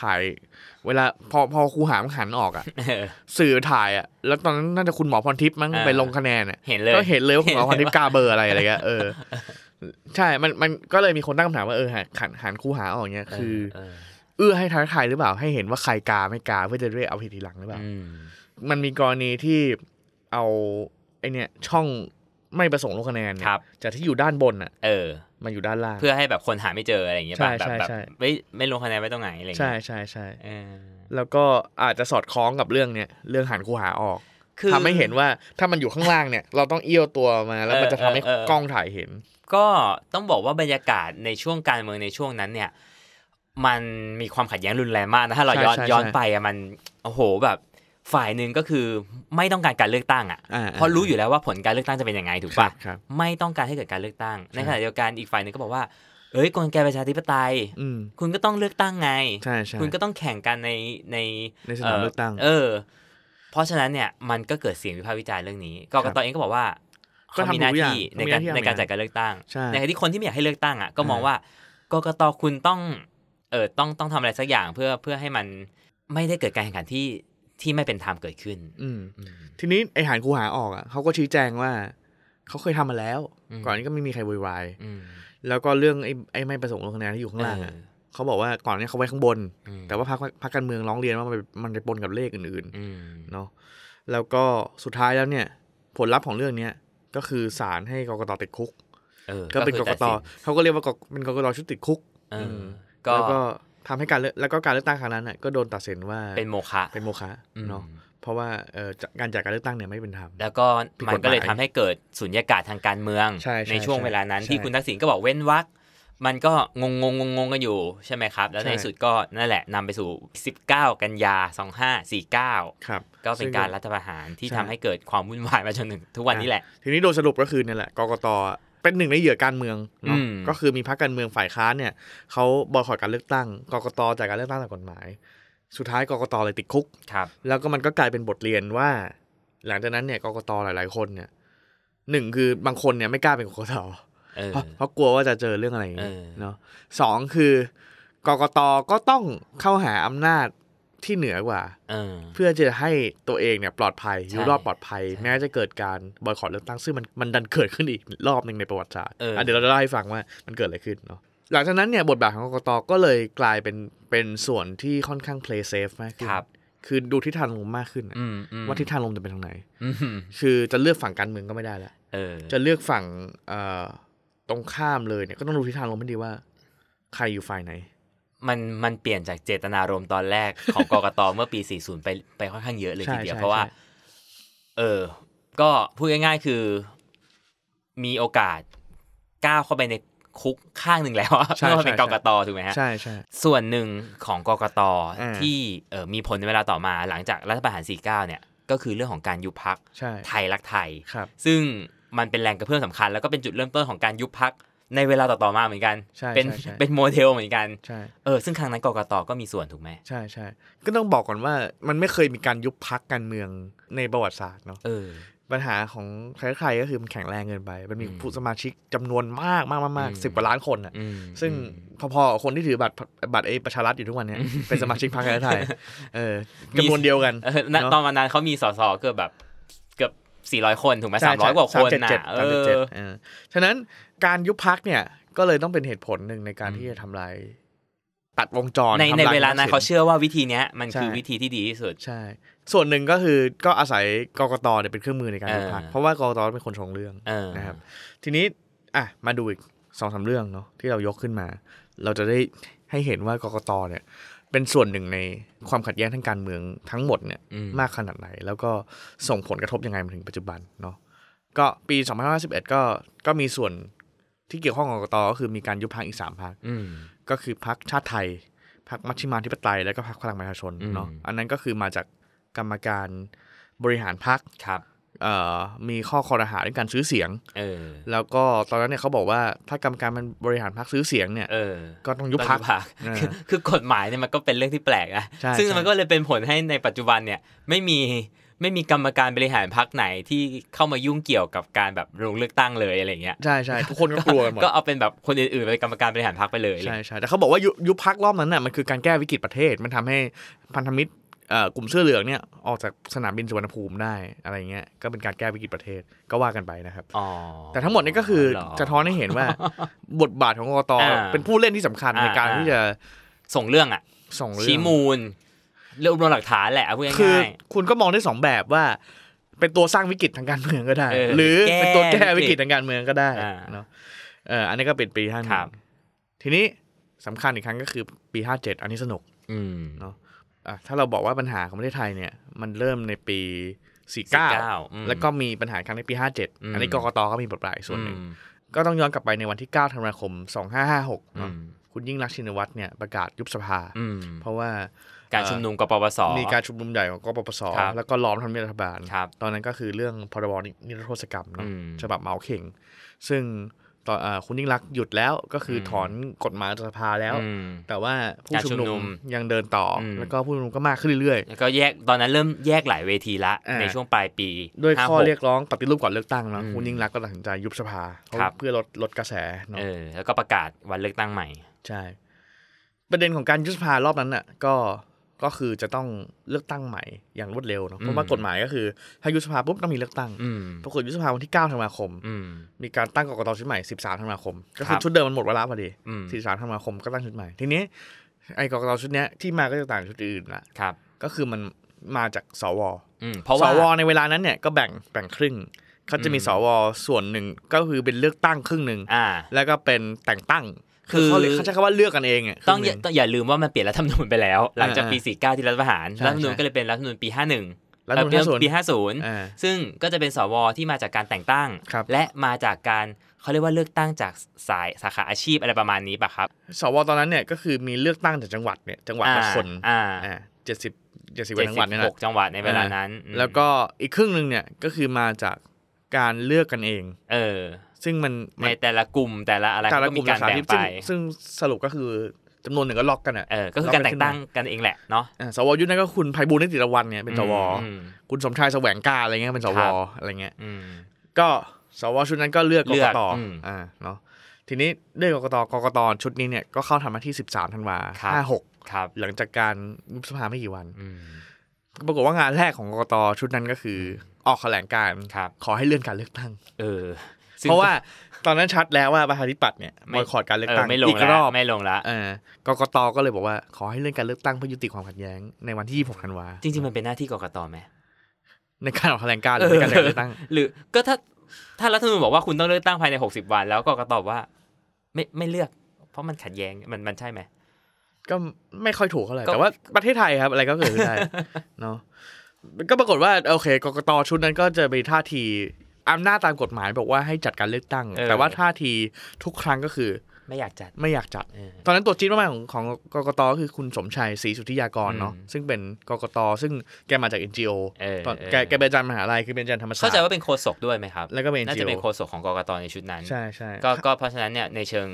Speaker 2: ถ่ายเวลาพอพอคูหามนหันออกอะ
Speaker 3: เออ
Speaker 2: สื่อถ่ายอะแล้วตอนนั้นน่าจะคุณหมอพรทิพย์มั้ง
Speaker 3: อ่า
Speaker 2: ไปลงคะแนนอะ
Speaker 3: เห็นเลย
Speaker 2: ก็เห็นเลยว่า
Speaker 3: เห็
Speaker 2: คุณ
Speaker 3: นเล
Speaker 2: หมอ
Speaker 3: ย
Speaker 2: พันทิพย์กาเบอร์อะไรอะไรเงี้ยเออ ใช่ มันมันก็เลยมีคนตั้งคำถามว่าเออหันหันหันคู่หาออกเนี้ยคือ
Speaker 3: เอ
Speaker 2: เอื้อให้ท้าทายหรือเปล่าให้เห็นว่าใครกาไม่กาเพื่อจะเรียกเอาผิดทีหลังหรือเปล่า
Speaker 3: อืม
Speaker 2: มันมีกรณีที่เอาไอเนี่ยช่องไม่ประสงค์ลงคะแนนเนี่
Speaker 3: ค
Speaker 2: ย
Speaker 3: รับ
Speaker 2: จากที่อยู่ด้านบนอ่ะ
Speaker 3: เออ
Speaker 2: มาอยู่ด้านล่าง
Speaker 3: เพื่อให้แบบคนหาไม่เจออะไรอย่างเงี้ย
Speaker 2: ใช่
Speaker 3: ป่ะแบบ
Speaker 2: ใช่
Speaker 3: แบบ
Speaker 2: ใช่
Speaker 3: ไม่ไม่ลงคะแนนไว้ตรงไหนอะไรอย่าง
Speaker 2: ใช่
Speaker 3: เงี้ย
Speaker 2: ใช่ใช่
Speaker 3: เออ
Speaker 2: แล้วก็อาจจะสอดคล้องกับเรื่องเนี้ยเรื่องหันคูหาออก
Speaker 3: คือ
Speaker 2: ทำให้เห็นว่าถ้ามันอยู่ข้างล่างเนี่ย เราต้องเอี้ยวตัวมาแล้วมันจะทำให้
Speaker 3: เออเออเออ
Speaker 2: กล้องถ่ายเห็น
Speaker 3: ก็ต้องบอกว่าบรรยากาศในช่วงการเมืองในช่วงนั้นเนี่ย มันมีความขัดแย้งรุนแรงมากนะถ้าเรา
Speaker 2: ใช่
Speaker 3: ย้อน
Speaker 2: ใช่
Speaker 3: ย้อน
Speaker 2: ใช่
Speaker 3: ไปอะมันโอ้โหแบบฝ่ายหนึ่งก็คือไม่ต้องการการเลือกตั้งอ่ะ
Speaker 2: อ่
Speaker 3: เพราะรู้อยู่แล้วว่าผลการเลือกตั้งจะเป็นยังไงถูก
Speaker 2: ครั
Speaker 3: ป่ะ
Speaker 2: บครับ
Speaker 3: ไม่ต้องการให้เกิดการเลือกตั้ง ใน
Speaker 2: ใช่
Speaker 3: ขณะเดียวกันอีกฝ่ายหนึ่งก็บอกว่า เอ้ยกลไกประชาธิปไตย
Speaker 2: อืม
Speaker 3: คุณก็ต้องเลือกตั้งไง
Speaker 2: ใช่ใช่
Speaker 3: คุณก็ต้องแข่งกันในใน
Speaker 2: ในสนามเลือกตั้ง
Speaker 3: เออ เพราะฉะนั้นเนี่ยมันก็เกิดเสียงวิพากษ์วิจารณ์เรื่องนี้กกตเองก็บอกว่า
Speaker 2: ก็
Speaker 3: เขา
Speaker 2: ทำ
Speaker 3: มีหน้า
Speaker 2: ทุกอย่าง
Speaker 3: ที่ในการ
Speaker 2: เขามีหน้าที่
Speaker 3: ในการ
Speaker 2: ทำงาน
Speaker 3: จัดการเลือกตั้ง
Speaker 2: ใช่
Speaker 3: ขณะที่คนที่ไม่อยากให้เลือกตั้งอ่ะก็มอง
Speaker 2: อ่า
Speaker 3: ว่ากกตคุณต้องเออต้องต้องทำอะไรสักอย่างเพื่อเพื่อให้มันไม่ได้เกิดการแข่งขันที่ที่ไม่เป็นธรรมเกิดขึ้น
Speaker 2: อืม
Speaker 3: อืม
Speaker 2: ทีนี้ไอหารคูหาออกอ่ะเขาก็ชี้แจงว่า เขาเคยทำมาแล้ว
Speaker 3: อืม
Speaker 2: ก่อนนี้ก็ไม่มีใครโวุ่นวาย
Speaker 3: อืม
Speaker 2: แล้วก็เรื่องไอ้ไอ้ไม่ประสงค์ลงคะแนนที่อยู่ข้างล่างอะ
Speaker 3: เออ
Speaker 2: เขาบอกว่าก่อนเนี้เขาไว้ข้างบน
Speaker 3: อืม
Speaker 2: แต่ว่าพรรคพรรคการเมืองร้องเรียนว่ามันไปมันไปปนกับเลขอื่น
Speaker 3: อืม
Speaker 2: ๆเนาะแล้วก็สุดท้ายแล้วเนี่ย ผลลัพธ์ของเรื่องเนี้ยก็คือศาลให้กกตติดคุก
Speaker 3: ออ
Speaker 2: ก็เป็นก
Speaker 3: คือก ตัด
Speaker 2: ต
Speaker 3: สิน
Speaker 2: เขาก็เรียกว่ากกเป็นกกตชุดติดคุก
Speaker 3: เอออ
Speaker 2: ม
Speaker 3: ก็
Speaker 2: แล้วก็ทำให้การเลือกแล้วก็การเลือกตั้งครั้งนั้นน่ะก็โดนตัดสินว่า
Speaker 3: เป็นโมฆะ
Speaker 2: เป็นโมฆะ
Speaker 3: อืม
Speaker 2: เนาะเพราะว่าเอ่อการจัดการเลือกตั้งเนี่ยไม่เป็นธรรม
Speaker 3: แล้วก็
Speaker 2: ผิด
Speaker 3: มั
Speaker 2: ก
Speaker 3: น
Speaker 2: ฎหมาย
Speaker 3: ก็เลยทำให้เกิดสุญญากาศทางการเมือง
Speaker 2: ใช่ใช่
Speaker 3: ช่วง
Speaker 2: ใช่
Speaker 3: เวลานั้น
Speaker 2: ใช่
Speaker 3: ที่คุณทักษิณก็บอกเว้นวักมันก็งงงงงงๆกันอยู่ใช่ไหมครับ แล้วใน
Speaker 2: ใช่
Speaker 3: สุดก็นั่นแหละนำไปสู่ 19 กันยา 2549
Speaker 2: ครับ
Speaker 3: ก็เป็นการรัฐประหารที่
Speaker 2: ใช่
Speaker 3: ทำให้เกิดความวุ่นวายมาจนถึงทุกวันนี้แหละ
Speaker 2: ทีนี้โดยสรุปก็คือเนี่ยแหละกกตเป็นหนึ่งในเหยื่อการเมืองเนาะ
Speaker 3: อืม
Speaker 2: ก็คือมีพรรคการเมืองฝ่ายค้านเนี่ยเขาบอยคอรการเลือกตั้งกกตจัดการเลือกตั้งตามกฎหมาย สุดท้ายกกตเลยติดคุก
Speaker 3: ครับ
Speaker 2: แล้วก็มันก็กลายเป็นบทเรียนว่า หลังจากนั้นเนี่ยกกตหลาย ๆคนเนี่ยหนึ่งคือบางคนเนี่ยไม่กล้าเป็นกกต
Speaker 3: เออ
Speaker 2: เพราะเพราะกลัวว่าจะเจอเรื่องอะไรอย่างเงี้ย
Speaker 3: เออ
Speaker 2: เนาะสองคือกกตก็ต้องเข้าหาอำนาจที่เหนือกว่า
Speaker 3: เออ
Speaker 2: เพื่อจะให้ตัวเองเนี่ยปลอดภัยอยู่รอดปลอดภัย
Speaker 3: ใช่
Speaker 2: แม้จะเกิดการบอยคอรเลือกตั้งซึ่งมันมันดันเกิดขึ้นอีกรอบหนึ่งในประวัติศาสตร์
Speaker 3: เอออ่
Speaker 2: ะเดี๋ยวเราจะเล่าให้ฟังว่ามันเกิดอะไรขึ้นเนาะหลังจากนั้นเนี่ยบทบาทของกกตก็เลยกลายเป็นเป็นส่วนที่ค่อนข้าง play safe มากขึ้น
Speaker 3: ครับ
Speaker 2: คือดูทิศทางลมมากขึ้นอะ
Speaker 3: อืมอืม
Speaker 2: ว่าทิศทางลมจะเป็นทางไหน
Speaker 3: อืม
Speaker 2: คือจะเลือกฝั่งการเมืองก็ไม่ได้แล้ว
Speaker 3: เออ
Speaker 2: จะเลือกฝั่งเอ่อตรงข้ามเลยเนี่ยก็ต้องดูทิศทางลมให้ดีว่า ใครอยู่ฝ่ายไหน
Speaker 3: มันมันเปลี่ยนจากเจตนารมณ์ตอนแรกของกกต เมื่อปี 40 ไปไปค่อนข้างเยอะเลยทีเดียวเพราะว่า เออ ก็พูดง่ายๆคือ มีโอกาสก้าวเข้าไปในคุกข้างหนึ่งแล้วอะ
Speaker 2: ใช่
Speaker 3: เพื่อมาเป็น
Speaker 2: ใช่
Speaker 3: กกตถูกไหมฮะ
Speaker 2: ใช่ใช่
Speaker 3: ส่วนหนึ่งของกกต
Speaker 2: อ่า
Speaker 3: ที่เอ่อมีผลในเวลาต่อมาหลังจากรัฐประหาร 49 เนี่ย ก็คือเรื่องของการยุบพัก
Speaker 2: ใช่
Speaker 3: ไทยรักไทย
Speaker 2: ครับ
Speaker 3: ซึ่งมันเป็นแรงกระเพื่อมสำคัญ แล้วก็เป็นจุดเริ่มต้นของการยุบพักในเวลาต่อๆมาเหมือนกัน
Speaker 2: ใช่
Speaker 3: เป็น
Speaker 2: ใช่ใช่
Speaker 3: เป็นโมเดลเหมือนกัน
Speaker 2: ใช่
Speaker 3: เออซึ่งครั้งนั้นกกตก็มีส่วนถูกไหม
Speaker 2: ใช่ใช่ก็ต้องบอกก่อนว่ามันไม่เคยมีการยุบพักการเมืองในประวัติศาสตร์เนาะ
Speaker 3: เออ
Speaker 2: ปัญหาของใครๆก็คือมันแข็งแรงเกินไป มันมี
Speaker 3: อืม
Speaker 2: ผู้สมาชิกจำนวนมากมากมาก
Speaker 3: อืม
Speaker 2: สิบกว่าล้านคนอ่ะ
Speaker 3: อืม
Speaker 2: ซึ่งพอๆกับคนที่ถือบัตรบัตรไอ้ประชารัฐอยู่ทุกวันเนี่ยเป็นสมาชิกพรรคการเมืองไทยเอ อจำนวนเดียวกัน
Speaker 3: เออณ
Speaker 2: เนอะ
Speaker 3: ตอนวันนั้นเขามีสสเกือบแบบเกือบสี่ร้อยคนถูกไหม
Speaker 2: ใช่
Speaker 3: สามร้อยกว่าคนนะ
Speaker 2: 377
Speaker 3: เออ
Speaker 2: 377เออฉะนั้นการยุบพักเนี่ยก็เลยต้องเป็นเหตุผลหนึ่งในการ
Speaker 3: อืม
Speaker 2: ที่จะทำลายตัดวงจร
Speaker 3: ใน
Speaker 2: ทำ
Speaker 3: ใน
Speaker 2: ย
Speaker 3: เวลานั้น
Speaker 2: ทรัพ
Speaker 3: เขา
Speaker 2: ย์สิ
Speaker 3: เชื่อว่าวิธีเนี้ยมัน
Speaker 2: ใช่
Speaker 3: คือวิธีที่ดีที่สุด
Speaker 2: ใช่ ส่วนหนึ่งก็คือก็อาศัยกกตเนี่ยเป็นเครื่องมือในการยุบพัก
Speaker 3: เออ
Speaker 2: เพราะว่ากกตเป็นคนชงเรื่อง
Speaker 3: เออ
Speaker 2: นะครับ ทีนี้อ่ะมาดูอีกสองสามเรื่องเนาะที่เรายกขึ้นมา เราจะได้ให้เห็นว่ากกตเนี่ย เป็นส่วนหนึ่งในความขัดแย้งทางการเมืองทั้งหมดเนี่ย
Speaker 3: อืม
Speaker 2: มากขนาดไหน แล้วก็ส่งผลกระทบยังไงมาถึงปัจจุบันเนาะก็ปี2551 ก็ก็มีส่วนที่เกี่ยวข้องกับกกตก็คือมีการยุบพักอีก 3พัก
Speaker 3: อืม
Speaker 2: ก็คือพักชาติไทยพักมัชฌิมาธิปไตย แล้วก็พักพลังประชาชนเนาะ
Speaker 3: อืม
Speaker 2: อันนั้นก็คือมาจากกรรมการบริหารพัก
Speaker 3: ครับ
Speaker 2: มีข้อคอรหาเรื่องการซื้อเสียง
Speaker 3: เออ
Speaker 2: แล้วก็ตอนนั้นเนี่ยเขาบอกว่าถ้ากรรมการมันบริหารพักซื้อเสียงเนี่ย
Speaker 3: เออ
Speaker 2: ก็ต้องยุบพัก
Speaker 3: ต้องรรค
Speaker 2: เออ
Speaker 3: คือคือกฎหมายเนี่ยมันก็เป็นเรื่องที่แปลกนะ
Speaker 2: ใช่
Speaker 3: ซึ่ง
Speaker 2: ใช่
Speaker 3: มันก็เลยเป็นผลให้ในปัจจุบันเนี่ยไม่มีไม่มีกรรมการบริหารพักไหนที่เข้ามายุ่งเกี่ยวกับการแบบลงเลือกตั้งเลยอะไรเงี้ย
Speaker 2: ใช่ใช่ทุกคนก็กลัวกันหม ด
Speaker 3: ก็เอาเป็นแบบคนอื่นๆเป็นกรรมการบริหารพักไปเลย
Speaker 2: ใช่ใช่แต่เขาบอกว่ายุยุบพักรอบนั้นน่ะมันคือการแก้วิกฤตประเทศ มันทำให้พันธมิตรเอ่อกลุ่มเสื้อเหลืองเนี่ยออกจากสนามบินสุวรรณภูมิได้อะไรเงี้ยก็เป็นการแก้วิกฤตประเทศก็ว่ากันไปนะครับ
Speaker 3: อ๋อ
Speaker 2: แต่ทั้งหมดนี่ก็คือ
Speaker 3: เหร
Speaker 2: จะท้อนให้เห็นว่า บทบาทของกกต
Speaker 3: อ่า
Speaker 2: เป็นผู้เล่นที่สำคัญ
Speaker 3: อ่า
Speaker 2: ในการที่จะ
Speaker 3: ส่งเรื่องอ่ะ
Speaker 2: ส่งเรื่
Speaker 3: ชี้
Speaker 2: อง
Speaker 3: มูลเรื่องรวมหลักฐานแหละเอาพูด
Speaker 2: คือ
Speaker 3: ง่าย
Speaker 2: คุณก็มองได้สองแบบว่า เป็นตัวสร้างวิกฤตทางการเมืองก็ได้
Speaker 3: เออ
Speaker 2: หรือเป็นตัวแก้วิกฤต
Speaker 3: แก้วิกฤต
Speaker 2: ทางการเมืองก็ได้
Speaker 3: อ่า
Speaker 2: เนาะเอออันนี้ก็เป็นปีห้าห
Speaker 3: ค
Speaker 2: นึ่
Speaker 3: รั
Speaker 2: ง
Speaker 3: บ
Speaker 2: ทีนี้สำคัญอีกครั้งก็คือปีห้าเจ็ดอันนี้สนุก
Speaker 3: ๆอืม
Speaker 2: อ่ะถ้าเราบอกว่าปัญหาของประเทศไทยเนี่ย มันเริ่มในปีสี่
Speaker 3: สิบ
Speaker 2: เก้า
Speaker 3: เก้าอืม
Speaker 2: แล้วก็มีปัญหาครั้งในปีห้าเจ็ดอันนี้
Speaker 3: อื
Speaker 2: ก
Speaker 3: ม
Speaker 2: กตก็มีบทบาทอีกส่วนหนึ่ง
Speaker 3: อืม
Speaker 2: ก็ต้องย้อนกลับไปในวันที่เก้าธันวาคมสองห้าห้าหก
Speaker 3: อื
Speaker 2: เนาะ
Speaker 3: ม
Speaker 2: คุณยิ่งรักชินวัตรเนี่ยประกาศยุบสภา
Speaker 3: อืม
Speaker 2: เพราะว่า
Speaker 3: การชุมนุมกปปส
Speaker 2: มีการชุมนุมใหญ่ของกปปส
Speaker 3: ครับ
Speaker 2: แล้วก็ล้อมทำเนียบรัฐบาล
Speaker 3: ครับ
Speaker 2: ตอนนั้นก็คือเรื่องพรบนิรโทษกรรมเนอะ
Speaker 3: อืม
Speaker 2: ฉบับเหมาเข่ง ซึ่งตอนเอ่อคุณยิ่งรักษณ์หยุดแล้วก็คืออ
Speaker 3: ม
Speaker 2: ถอนกฎหมายจากสภาแล้ว
Speaker 3: อืม
Speaker 2: แต่ว่าผู้
Speaker 3: การ
Speaker 2: ชุม
Speaker 3: ชุมนุ
Speaker 2: นุม
Speaker 3: ม
Speaker 2: ยังเดินต่ออ
Speaker 3: ม
Speaker 2: แล้วก็ผู้ชุมนุมก็มากขึ้นเรื่อย
Speaker 3: แล้วก็แยกตอนนั้นเริ่มแยกหลายเวทีละ
Speaker 2: อ่า
Speaker 3: ในช่วงปลายปี
Speaker 2: ๆ ด้วยข้อ
Speaker 3: 56
Speaker 2: เรียกร้องปฏิรูปก่อนเลือกตั้งเนอะ
Speaker 3: อืม
Speaker 2: คุณยิ่งรักษณ์ก็ตัดสินใจยุบสภาเพราะ
Speaker 3: ครับ
Speaker 2: เพื่อลดลดกระแสเนอะ
Speaker 3: เออแล้วก็ประกาศวันเลือกตั้งใหม่
Speaker 2: ใช่ ประเด็นของการยุบสภารอบนั้นน่ะ ก็ก็คือจะต้องเลือกตั้งใหม่อย่างรวดเร็วเนอะเพราะว่า
Speaker 3: อืม
Speaker 2: กฎหมายก็คือถ้ายุบสภาปุ๊บต้องมีเลือกตั้ง
Speaker 3: อืม
Speaker 2: ปรากฏยุบสภาวันที่9ธันวาคม
Speaker 3: อืม
Speaker 2: มีการตั้งกกตชุดใหม่ 13ธันวาคม ก็คื
Speaker 3: ค
Speaker 2: อ
Speaker 3: รับ
Speaker 2: ชุดเดิมมันหมดเวลาพอดี
Speaker 3: อืม
Speaker 2: 13ธันวาคมก็ตั้งชุดใหม่ ทีนี้ไอ้กกตชุดเนี้ยที่มาก็จะต่างจากชุดอื่นละ
Speaker 3: ครับ
Speaker 2: ก็คือมันมาจากสว
Speaker 3: อืมเพราะ
Speaker 2: ส
Speaker 3: ว่า
Speaker 2: วในเวลานั้นเนี่ยก็แบ่งแบ่งครึ่งเขาจะมี
Speaker 3: อืม
Speaker 2: สวส่วนหนึ่งก็คือเป็นเลือกตั้งครึ่งหนึ่ง
Speaker 3: อ่า
Speaker 2: แล้วก็เป็นแต่งตั้ง
Speaker 3: คือ
Speaker 2: เขาเรียกเขาใช้คำว่าเลือกกันเองะครึ่
Speaker 3: ต้อง
Speaker 2: ห
Speaker 3: อย่า
Speaker 2: นึ่
Speaker 3: ต้องอย่าลืมว่ามันเปลี่ยนรัฐธรรมนูญไปแล้ว หลังจากปี
Speaker 2: อ่า
Speaker 3: 49 ที่รัฐประหาร
Speaker 2: ใช่
Speaker 3: รัฐธรรมนูญ
Speaker 2: ใช่
Speaker 3: ก็เลยเป็นรัฐธรรมนูญปี 51
Speaker 2: รัฐธรรมนูญ
Speaker 3: เอ่อ
Speaker 2: ห้าศูนย์
Speaker 3: ปี 50
Speaker 2: อ่า
Speaker 3: ซึ่งก็จะเป็นสวที่มาจากการแต่งตั้ง
Speaker 2: ครับ
Speaker 3: และมาจากการเขาเรียกว่าเลือกตั้งจากสายสาขาอาชีพอะไรประมาณนี้ป่ะครับ
Speaker 2: สวตอนนั้นเนี่ยก็คือมีเลือกตั้งจากจังหวัดเนี่ยจังหวัดละ
Speaker 3: อ่า
Speaker 2: คน
Speaker 3: อ่า
Speaker 2: เจ็ดสิบเจ็ดสิบก
Speaker 3: เจ็
Speaker 2: ว่า
Speaker 3: ด
Speaker 2: จัง
Speaker 3: สิ
Speaker 2: หวัดเนี่ย
Speaker 3: บห
Speaker 2: นะ
Speaker 3: กจังหวัดในเวลานั้นอืม
Speaker 2: แล้วก็อีกครึ่งหนึ่งเนี่ยก็คือมาจากการเลือกกันเอง
Speaker 3: เออ
Speaker 2: ซึ่งมันมั
Speaker 3: ใน
Speaker 2: น
Speaker 3: แต่ละกลุ่มแต่ละอะไร
Speaker 2: การ
Speaker 3: ก็
Speaker 2: ละก
Speaker 3: มี
Speaker 2: ลุ่ม
Speaker 3: การ
Speaker 2: สา
Speaker 3: แบ่
Speaker 2: ธิ
Speaker 3: ง
Speaker 2: ต
Speaker 3: ไป
Speaker 2: ซึ่งสรุปก็คือจำนวนหนึ่งก็ล็อกกันอ่ะ
Speaker 3: เออ ก็คือ
Speaker 2: เรา
Speaker 3: การ
Speaker 2: ไป
Speaker 3: แต่งตั้งกันเองแหละเนาะ
Speaker 2: อ่าสวยุทธนั่นก็คุณไพบูลย์นิติรวันเนี่ยเป็นสว
Speaker 3: อืม
Speaker 2: คุณสมชายแสวงการอะไรเงี้ยเป็นส
Speaker 3: คว รับ
Speaker 2: อะไรเงี้ย
Speaker 3: อืม
Speaker 2: ก็สวชุดนั้นก็เลือกก
Speaker 3: เลื
Speaker 2: ก
Speaker 3: อก
Speaker 2: ต
Speaker 3: อืม
Speaker 2: อ่าเนาะทีนี้เลือกกกตกกตชุดนี้เนี่ยก็เข้าทำหน้าที่ 13ธันวา
Speaker 3: ครับ
Speaker 2: ห้าหก
Speaker 3: ครับ
Speaker 2: หลังจากการยุบสภาไม่กี่วัน
Speaker 3: อืม
Speaker 2: ปรากฏว่างานแรกของกกตชุดนั้นก็คือออกแถลงการณ์
Speaker 3: ครับ
Speaker 2: ขอให้เลื่อนการเลือกตั้ง
Speaker 3: เออซึ่ง
Speaker 2: เพราะว่าตอนนั้นชัดแล้วว่าประชาธิปัตย์เนี่ย
Speaker 3: ไม่
Speaker 2: บอยคอรดการเลือกตั้ง
Speaker 3: เออไม่ลง
Speaker 2: อีก
Speaker 3: แล้ว
Speaker 2: รอบ
Speaker 3: ไม่ลงละ
Speaker 2: เออกกตก็เลยบอกว่า ขอให้เลื่อนการเลือกตั้งเพื่อยุติความขัดแย้งในวันที่ 26ธันวา
Speaker 3: จริงๆมันเป็นหน้าที่กกตไหม
Speaker 2: ในการออกแถลงการณ์หรือในการเลือกตั้ง
Speaker 3: หรือก็ถ้าถ้ารัฐธรรมนูญบอกว่าคุณต้องเลือกตั้งภายใน 60 วัน แล้วกกตบอกว่า ไม่ไม่เลือก เพราะมันขัดแย้งมันมันใช่ไหม
Speaker 2: ก็ไม่ค่อยถูกเท่าไหร่
Speaker 3: ก็
Speaker 2: แต่ว่าประเทศไทยครับ อะไรก็เกิดขึ้ นได้ เนาะก็ปรากฏว่าโอเคกกตชุดนั้นก็จะมีท่าทีอำนาจตามกฎหมายบอกว่าให้จัดการเลือกตั้ง แต่ว่าท่าทีทุกครั้งก็คือ
Speaker 3: ไม่อยากจัด
Speaker 2: ไม่อยากจัด
Speaker 3: เออ
Speaker 2: ตอนนั้นตัวจี๊ดมากๆของของกกตก็คือคุณสมชัยศรีสุทธิยากรเนาะ
Speaker 3: อืม
Speaker 2: ซึ่งเป็นกกตซึ่งแกมาจาก NGO
Speaker 3: เออ
Speaker 2: ตอน
Speaker 3: เออ
Speaker 2: แกแกเป็นอาจารย์มหาลัยคือเป็นอาจารย์ธรรมศาส
Speaker 3: เข้า
Speaker 2: ต
Speaker 3: ใจ
Speaker 2: ร์
Speaker 3: ว่าเป็นโฆษกด้วยไหมครับ
Speaker 2: แล้วก็เป็น
Speaker 3: น่าจะ
Speaker 2: NGO
Speaker 3: เป็นโฆษกของกกตในชุดนั้น
Speaker 2: ใช่ใช่
Speaker 3: ก็ก็เพราะฉะนั้นเนี่ยในเชิง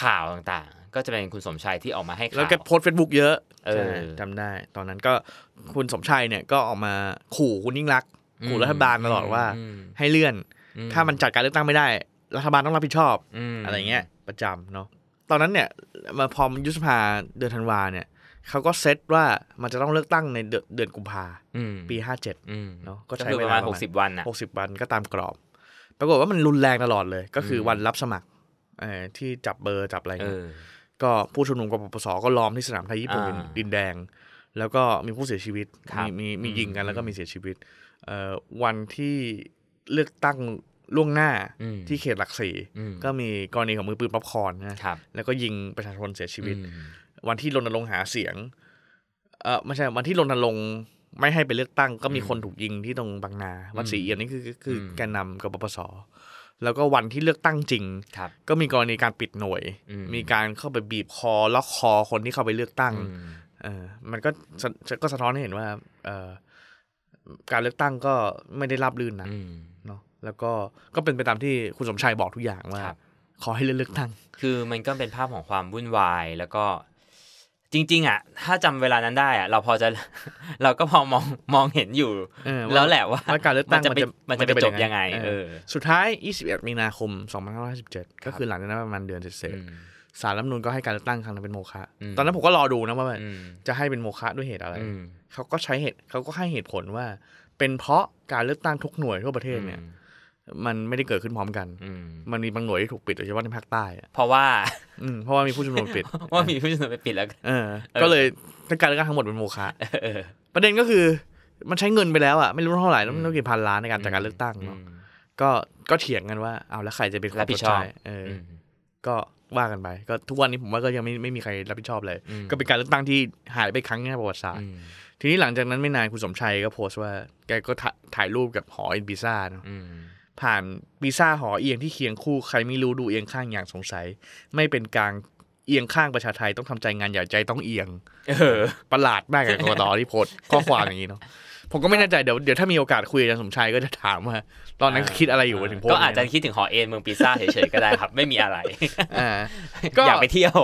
Speaker 3: ข่าวต่างๆ ก็จะเป็นคุณสมชัยที่ออกมาให้ข่าว
Speaker 2: แล้วแกโพสเฟซบุ๊กเยอะ
Speaker 3: เออ
Speaker 2: ใช่จำได้ ตอนนั้นก็คุณสมชัยเนี่ยก็ออกมาขู่คุณยิ่งรักษณ์ ขู่รัฐบาลตลอดว่า ให้เลื่อน ถ้ามันจัดการเลือกตั้งไม่ได้ รัฐบาลต้องรับผิดชอบ อะไรเงี้ยประจำเนาะตอนนั้นเนี่ยมาพอมยุบสภาเดือนธันวาเนี่ยเขาก็เซตว่ามันจะต้องเลือกตั้งในเดือนเดือนกุมภาปีห้าเจ็ด เนอะก็
Speaker 3: ก็
Speaker 2: ใช้
Speaker 3: ใช้
Speaker 2: เว
Speaker 3: ป
Speaker 2: ลา
Speaker 3: ระมาณ
Speaker 2: ประมาณ
Speaker 3: หกสิบวันอ่ะ
Speaker 2: หกสิบวันก็ตามกรอบ ปรากฏว่ามันรุนแรงตลอดเลย ก็คืออ
Speaker 3: ม
Speaker 2: วันรับสมัครเอ่อที่จับเบอร์จับอะไร
Speaker 3: เอ
Speaker 2: เงี้ย
Speaker 3: อ
Speaker 2: ก็ผู้ชุมนุมกปปสก็ล้อมที่สนามไทยญี่ปุ่น
Speaker 3: อ่า
Speaker 2: ดินแดง แล้วก็มีผู้เสียชีวิต
Speaker 3: ครั
Speaker 2: มี
Speaker 3: บ
Speaker 2: มีมี
Speaker 3: อืม
Speaker 2: ยิงกันแล้วก็มีเสียชีวิตเอ่อวันที่เลือกตั้งล่วงหน้า
Speaker 3: อืม
Speaker 2: ที่เขตหลักสี่
Speaker 3: อืม
Speaker 2: ก็มีกรณีของมือปืนป๊อปคอร์นนะครับ แล้วก็ยิงประชาชนเสียชีวิต
Speaker 3: อืม
Speaker 2: วันที่รณรงค์หาเสียง เออไม่ใช่ วันที่รณรงค์ไม่ให้ไปเลือกตั้ง ก็มีคนถูกยิงที่ตรงบางนาวัดศรีเอี่ยมนี่คือคือคือแกนนำกบปปส แล้วก็วันที่เลือกตั้งจริง
Speaker 3: ครับ
Speaker 2: ก็มีกรณีการปิดหน่วย
Speaker 3: อืม
Speaker 2: มีการเข้าไปบีบคอล็อกคอคนที่เข้าไปเลือกตั้ง
Speaker 3: อืม
Speaker 2: เออมันก็สะก็สะท้อนให้เห็นว่า เออการเลือกตั้งก็ไม่ได้ราบรื่นนะ
Speaker 3: อืม
Speaker 2: เนาะแล้วก็ก็เป็นไปตามที่คุณสมชายบอกทุกอย่างว่า
Speaker 3: ครับ
Speaker 2: ขอให้เลือกตั้ง
Speaker 3: คือมันก็เป็นภาพของความวุ่นวายแล้วก็จริง ๆ อ่ะ ถ้าจำเวลานั้นได้อ่ะ เราพอจะ เราก็พอมองมองเห็นอยู่
Speaker 2: เออว่า
Speaker 3: แล้วแหละว่า
Speaker 2: ว่าการเลือกตั้ง
Speaker 3: มันจะไปมันจะไปจบยังไง
Speaker 2: เอ
Speaker 3: เอ
Speaker 2: อ
Speaker 3: อ
Speaker 2: สุดท้าย 21 มีนาคม 2557 ก็คือหลังจากนั้นประมาณเดือนเศษ
Speaker 3: อืม
Speaker 2: ๆสารรัฐธรรมนูลก็ให้การเลือกตั้งครั้งนั้นเป็นโมฆะ
Speaker 3: อืม
Speaker 2: ตอนนั้นผมก็รอดูนะว่า
Speaker 3: อืม
Speaker 2: จะให้เป็นโมฆะด้วยเหตุอะไร
Speaker 3: อืม
Speaker 2: เขาก็ใช้เหตุเขาก็ให้เหตุผลว่า เป็นเพราะการเลือกตั้งทุกหน่วยทั่วประเทศเนี่ย มันไม่ได้เกิดขึ้นพร้อมกัน
Speaker 3: อืม
Speaker 2: มันมีบางหน่วยที่ถูกปิดโดยเฉพาะในภาคใต้อะ
Speaker 3: เพราะ ว่า
Speaker 2: อืมเพราะว่ามีผู้ชุมนุม ปิด
Speaker 3: ว่ามีผู้ชมนุมไปปิดแล้วกัน
Speaker 2: เออ
Speaker 3: เออ
Speaker 2: ก็เลยการเลือกตั้งทั้งหมดเป็นโมฆะ
Speaker 3: เออ
Speaker 2: ประเด็นก็คือมันใช้เงินไปแล้วอ่ะไม่รู้เท่าไหร่แล้วไม่รู้กี่พันล้านในการจัดการเลือกตั้ง
Speaker 3: อื
Speaker 2: เนาะ
Speaker 3: ม
Speaker 2: ก็ก็เถียงกันว่าเอาแล้วใครจะเป็นคน
Speaker 3: รับผิดชอบ
Speaker 2: ชเอออ
Speaker 3: อืม
Speaker 2: ก็ว่ากันไป ก็ทุกวันนี้ผมว่าก็ยังไม่ไม่มีใครรับผิดชอบเลย
Speaker 3: อืม
Speaker 2: ก็เป็นการเลือกตั้งที่หายไปครั้งในประวัติศาสตร์
Speaker 3: อืม
Speaker 2: ทีนี้หลังจากนั้นไม่นานคุณสมชัยก็โพสต์ว่าแกก็ถ่าถ่ายรูปกับหอเอ็นปีซ่าเนอะ
Speaker 3: อืม
Speaker 2: ผ่านปีซ่าหอเอียงที่เคียงคู่ใครไม่รู้ดูเอียงข้างอย่างสงสัย ไม่เป็นกลางเอียงข้างประชาไทยต้องทำใจงานใหญ่ใจต้องเอียง
Speaker 3: เออ
Speaker 2: ประหลาดมากกับกกตที่โพสต์ข้อความอย่างนี้เนาะผมก็ไม่แน่ใจเดี๋ยวเดี๋ยวถ้ามีโอกาสคุยกับอาจารย์สมชัยก็จะถามว่าตอนนั้นคิดอะไรอยู่ถึงโพสต์
Speaker 3: ก็อาจ
Speaker 2: ย่ง
Speaker 3: จะ
Speaker 2: นี้
Speaker 3: คิดถึงหอเอ็นเมืองปีซ่าเฉยๆก็ได้ครับ ไม่มีอะไร
Speaker 2: อ่า ก็
Speaker 3: อยากไปเที่ยว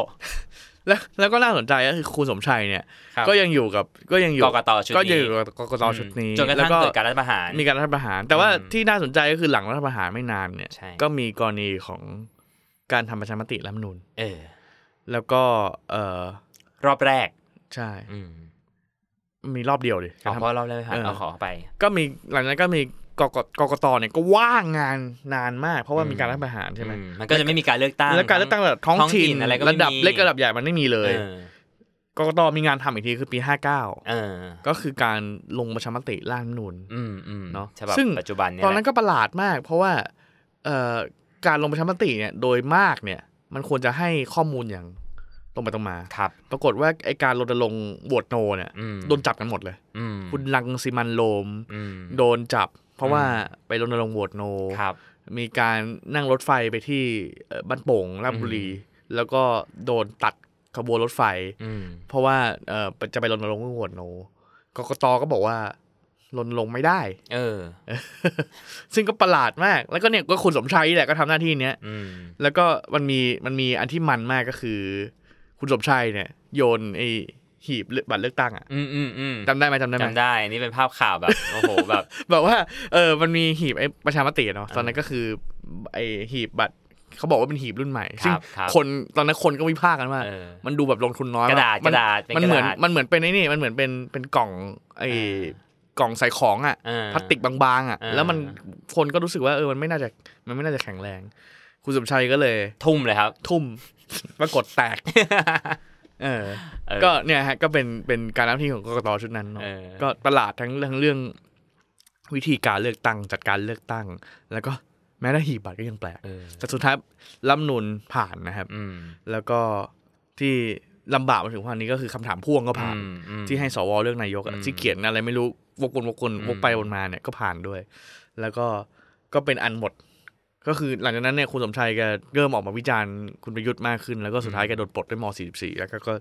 Speaker 2: แล้วแล้วก็น่าสนใจก็คือครูสมชัยเนี่ย
Speaker 3: ครับ
Speaker 2: ก็ยังอยู่กับก็ยังอยู่
Speaker 3: กกตชุด
Speaker 2: ก็ยั
Speaker 3: นี้
Speaker 2: งอยู่กับกกตชุดนี้
Speaker 3: จนกระ
Speaker 2: แล้
Speaker 3: ทั่ง
Speaker 2: วก็
Speaker 3: เกิดการรัฐประหาร
Speaker 2: มีการรัฐประหาร แต่ว่า
Speaker 3: อืม
Speaker 2: ที่น่าสนใจก็คือหลังรัฐประหารไม่นานเนี่ย
Speaker 3: ใช่
Speaker 2: ก็มีกรณีของการทำประชามติรัฐธรรมนูญ
Speaker 3: เออ
Speaker 2: แล้วก็เออ
Speaker 3: รอบแรก
Speaker 2: ใช่
Speaker 3: อืม
Speaker 2: มีรอบเดียวเลย
Speaker 3: เอา
Speaker 2: การทำ
Speaker 3: เพราะรอบแรกไม่ผ่าน
Speaker 2: เออ
Speaker 3: เอาขอไป
Speaker 2: ก็มีหลังจากนั้นก็มีกกกกตเนี่ยก็ว่างงานนานมาก เพราะว่า
Speaker 3: อืม
Speaker 2: มีการรัฐประหารใช่ไหม
Speaker 3: อืมมันก็จะไม่มีการเลือกตั้ง
Speaker 2: แล้วการเลือกตั้งระดับท้อง
Speaker 3: ท้องถิ่
Speaker 2: ถิ่
Speaker 3: น
Speaker 2: น
Speaker 3: อะไรก็ไม่
Speaker 2: ระดับ
Speaker 3: มี
Speaker 2: เล็กระดับใหญ่มันไม่มีเล
Speaker 3: เอย อก
Speaker 2: กตมีงานทำอีกทีคือปีห้าเก้า
Speaker 3: เออ
Speaker 2: ก็คือการลงประชามติร่างรัฐธรรมนูน
Speaker 3: อืมอืม
Speaker 2: เนอะ
Speaker 3: ฉบับ
Speaker 2: ซึ่ง
Speaker 3: ปัจจุบันเนี่ย
Speaker 2: ตอนนั้น
Speaker 3: แหละ
Speaker 2: ก็ประหลาดมาก เพราะว่าเอ่อการลงประชามติเนี่ยโดยมากเนี่ย มันควรจะให้ข้อมูลอย่างตรงไปตรงมา
Speaker 3: ครับ
Speaker 2: ปรากฏว่าไอการรณรงค์บวตโนเนี่ย
Speaker 3: อืม
Speaker 2: โดนจับกันหมดเลย
Speaker 3: อืม
Speaker 2: คุณลังสิมันโลม
Speaker 3: อืม
Speaker 2: โดนจับ เพราะว่าไปรณรงค์บวตโน
Speaker 3: ครับ
Speaker 2: มีการนั่งรถไฟไปที่เอ่อบ้านโป่งราชบุรี แล้วก็โดนตัดขบวนรถไฟ
Speaker 3: อืม
Speaker 2: เพราะว่าเอ่อจะไปรณรงค์เรื่องโหวตโนกกตก็บอกว่ารณรงค์ไม่ได้
Speaker 3: เออ
Speaker 2: ซึ่งก็ประหลาดมาก แล้วก็เนี่ยก็คุณสมชัยนี่แหละก็ทำหน้าที่เนี้ย
Speaker 3: อืม
Speaker 2: แล้วก็มันมีมันมีอันที่มันมากก็คือ คุณสมชัยเนี่ย โยนไอ้หีบบัตรเลือกตั้งอะ
Speaker 3: อืมอืมอืม
Speaker 2: จำได้ไหมจำได้ไหม
Speaker 3: จำได้ อันนี่เป็นภาพข่าวแบบ โอ้โหแบบ
Speaker 2: แบบว่าเออมันมีหีบไอ้ประชามติเนาะตอนนั้นก็คือไอ้หีบบัตรเขาบอกว่าเป็นหีบรุ่นใหม่ซึ่ง
Speaker 3: ครับ
Speaker 2: คนตอนนั้นคนก็วิพากษ์กันว่า
Speaker 3: เออ
Speaker 2: มันดูแบบลงทุนน้อยม
Speaker 3: กระดาษ
Speaker 2: มัน
Speaker 3: กระดาษเป็น
Speaker 2: มันเหมือน
Speaker 3: กระดาษ
Speaker 2: มันเหมือนเป็นไอ้นี่มันเหมือนเป็นเป็นกล่องไอ้
Speaker 3: เออก
Speaker 2: ล่องใส่ของอ่ะ
Speaker 3: เออ
Speaker 2: พลาสติกบางๆอ่ะ
Speaker 3: เออ
Speaker 2: แล้วมันคนก็รู้สึกว่าเออมันไม่น่าจะมันไม่น่าจะแข็งแรง คุณสมชัยก็เลย
Speaker 3: ทุ่มเลยครับ
Speaker 2: ทุ่ม ปรากฏแต ก เออ
Speaker 3: เออ
Speaker 2: ก็เนี่ยฮะก็เป็นเป็นการรับที่ของกกตชุดนั้นเนาะ
Speaker 3: เออ
Speaker 2: ก็ประหลาดทั้งเรื่องเรื่อง วิธีการเลือกตั้งจัดการเลือกตั้ง แล้วก็แม้แต่หีบบัตรก็ยังแปลก
Speaker 3: เออ
Speaker 2: แต่สุดท้ายรัฐธรรมนุนผ่านนะครับ
Speaker 3: อืม
Speaker 2: แล้วก็ที่ลำบากมาถึงวันนี้ก็คือคำถามพ่วงก็ผ่าน
Speaker 3: อืมอืม
Speaker 2: ที่ให้สวเรื่องนายกอะ
Speaker 3: อืม
Speaker 2: ที่เขียนอะไรไม่รู้วกวนวกวน
Speaker 3: อืม
Speaker 2: วกไปวนมาเนี่ยก็ผ่านด้วย แล้วก็ก็เป็นอันหมด ก็คือหลังจากนั้นเนี่ยคุณสมชัยแกเริ่มออกมาวิจารณ์คุณประยุทธ์มากขึ้น แล้วก็สุดท้ายแกโดนปลดด้วยม .44 แล้วก็ก็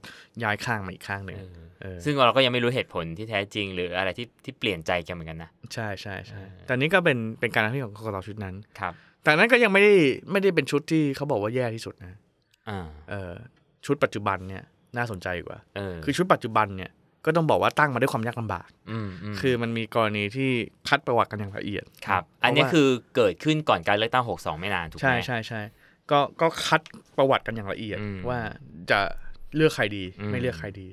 Speaker 2: ย้ายข้างมาอีกข้างหนึ่ง
Speaker 3: เออ
Speaker 2: เออ
Speaker 3: ซึ่งเราก็ยังไม่รู้เหตุผลที่แท้จริง หรืออะไรที่ที่เปลี่ยนใจแกเหมือนกันนะ
Speaker 2: ใช่ใช่ใช่
Speaker 3: เออ
Speaker 2: แต่นี้ก็เป็นเป็นการทำหน้าที่ของกกตชุดนั้น
Speaker 3: ครับ
Speaker 2: แต่นั้นก็ยังไม่ได้ไม่ได้เป็นชุดที่เขาบอกว่าแย่ที่สุดนะ
Speaker 3: อ่า
Speaker 2: เออชุดปัจจุบันเนี่ยน่าสนใจกว่า
Speaker 3: เออ
Speaker 2: คือชุดปัจจุบันเนี่ย ก็ต้องบอกว่าตั้งมาด้วยความยากลำบาก
Speaker 3: อืมอืม
Speaker 2: คือมันมีกรณีที่คัดประวัติกันอย่างละเอียด
Speaker 3: ครับ
Speaker 2: เพ
Speaker 3: อัน
Speaker 2: ราะ
Speaker 3: นี้
Speaker 2: ว่า
Speaker 3: คือเกิดขึ้นก่อนการเลือกตั้ง 62 ไม่นานถูกไหม
Speaker 2: ใช่ใช่ใช่ก็ก็คัดประวัติกันอย่างละเอียด
Speaker 3: อืม
Speaker 2: ว่าจะเลือกใครดี
Speaker 3: อืม
Speaker 2: ไม่เลือกใครดี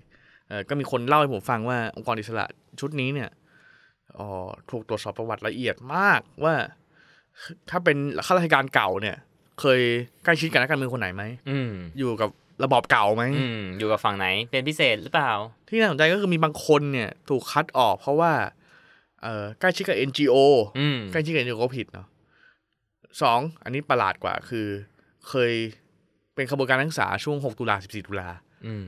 Speaker 2: เออก็มีคนเล่าให้ผมฟังว่าองค์กรอิสระชุดนี้เนี่ยอ๋อถูกตรวจสอบประวัติละเอียดมากว่า ถ้าเป็นข้าราชการเก่าเนี่ย เคยใกล้ชิดกับนักการเมืองคนไหนไหม
Speaker 3: อืม
Speaker 2: อยู่กับระบอบเก่าไหม
Speaker 3: อืมอยู่กับฝั่งไหนเป็นพิเศษหรือเปล่า
Speaker 2: ที่น่าสนใจก็คือมีบางคนเนี่ย ถูกคัดออกเพราะว่า เอ่อใกล้ชิดกับ NGO
Speaker 3: อืม
Speaker 2: ใกล้ชิดกับ NGO ผิดเนาะสองอันนี้ประหลาดกว่าคือ เคยเป็นขบวนการนักศึกษาช่วง 6 ตุลา14 ตุลา
Speaker 3: อืม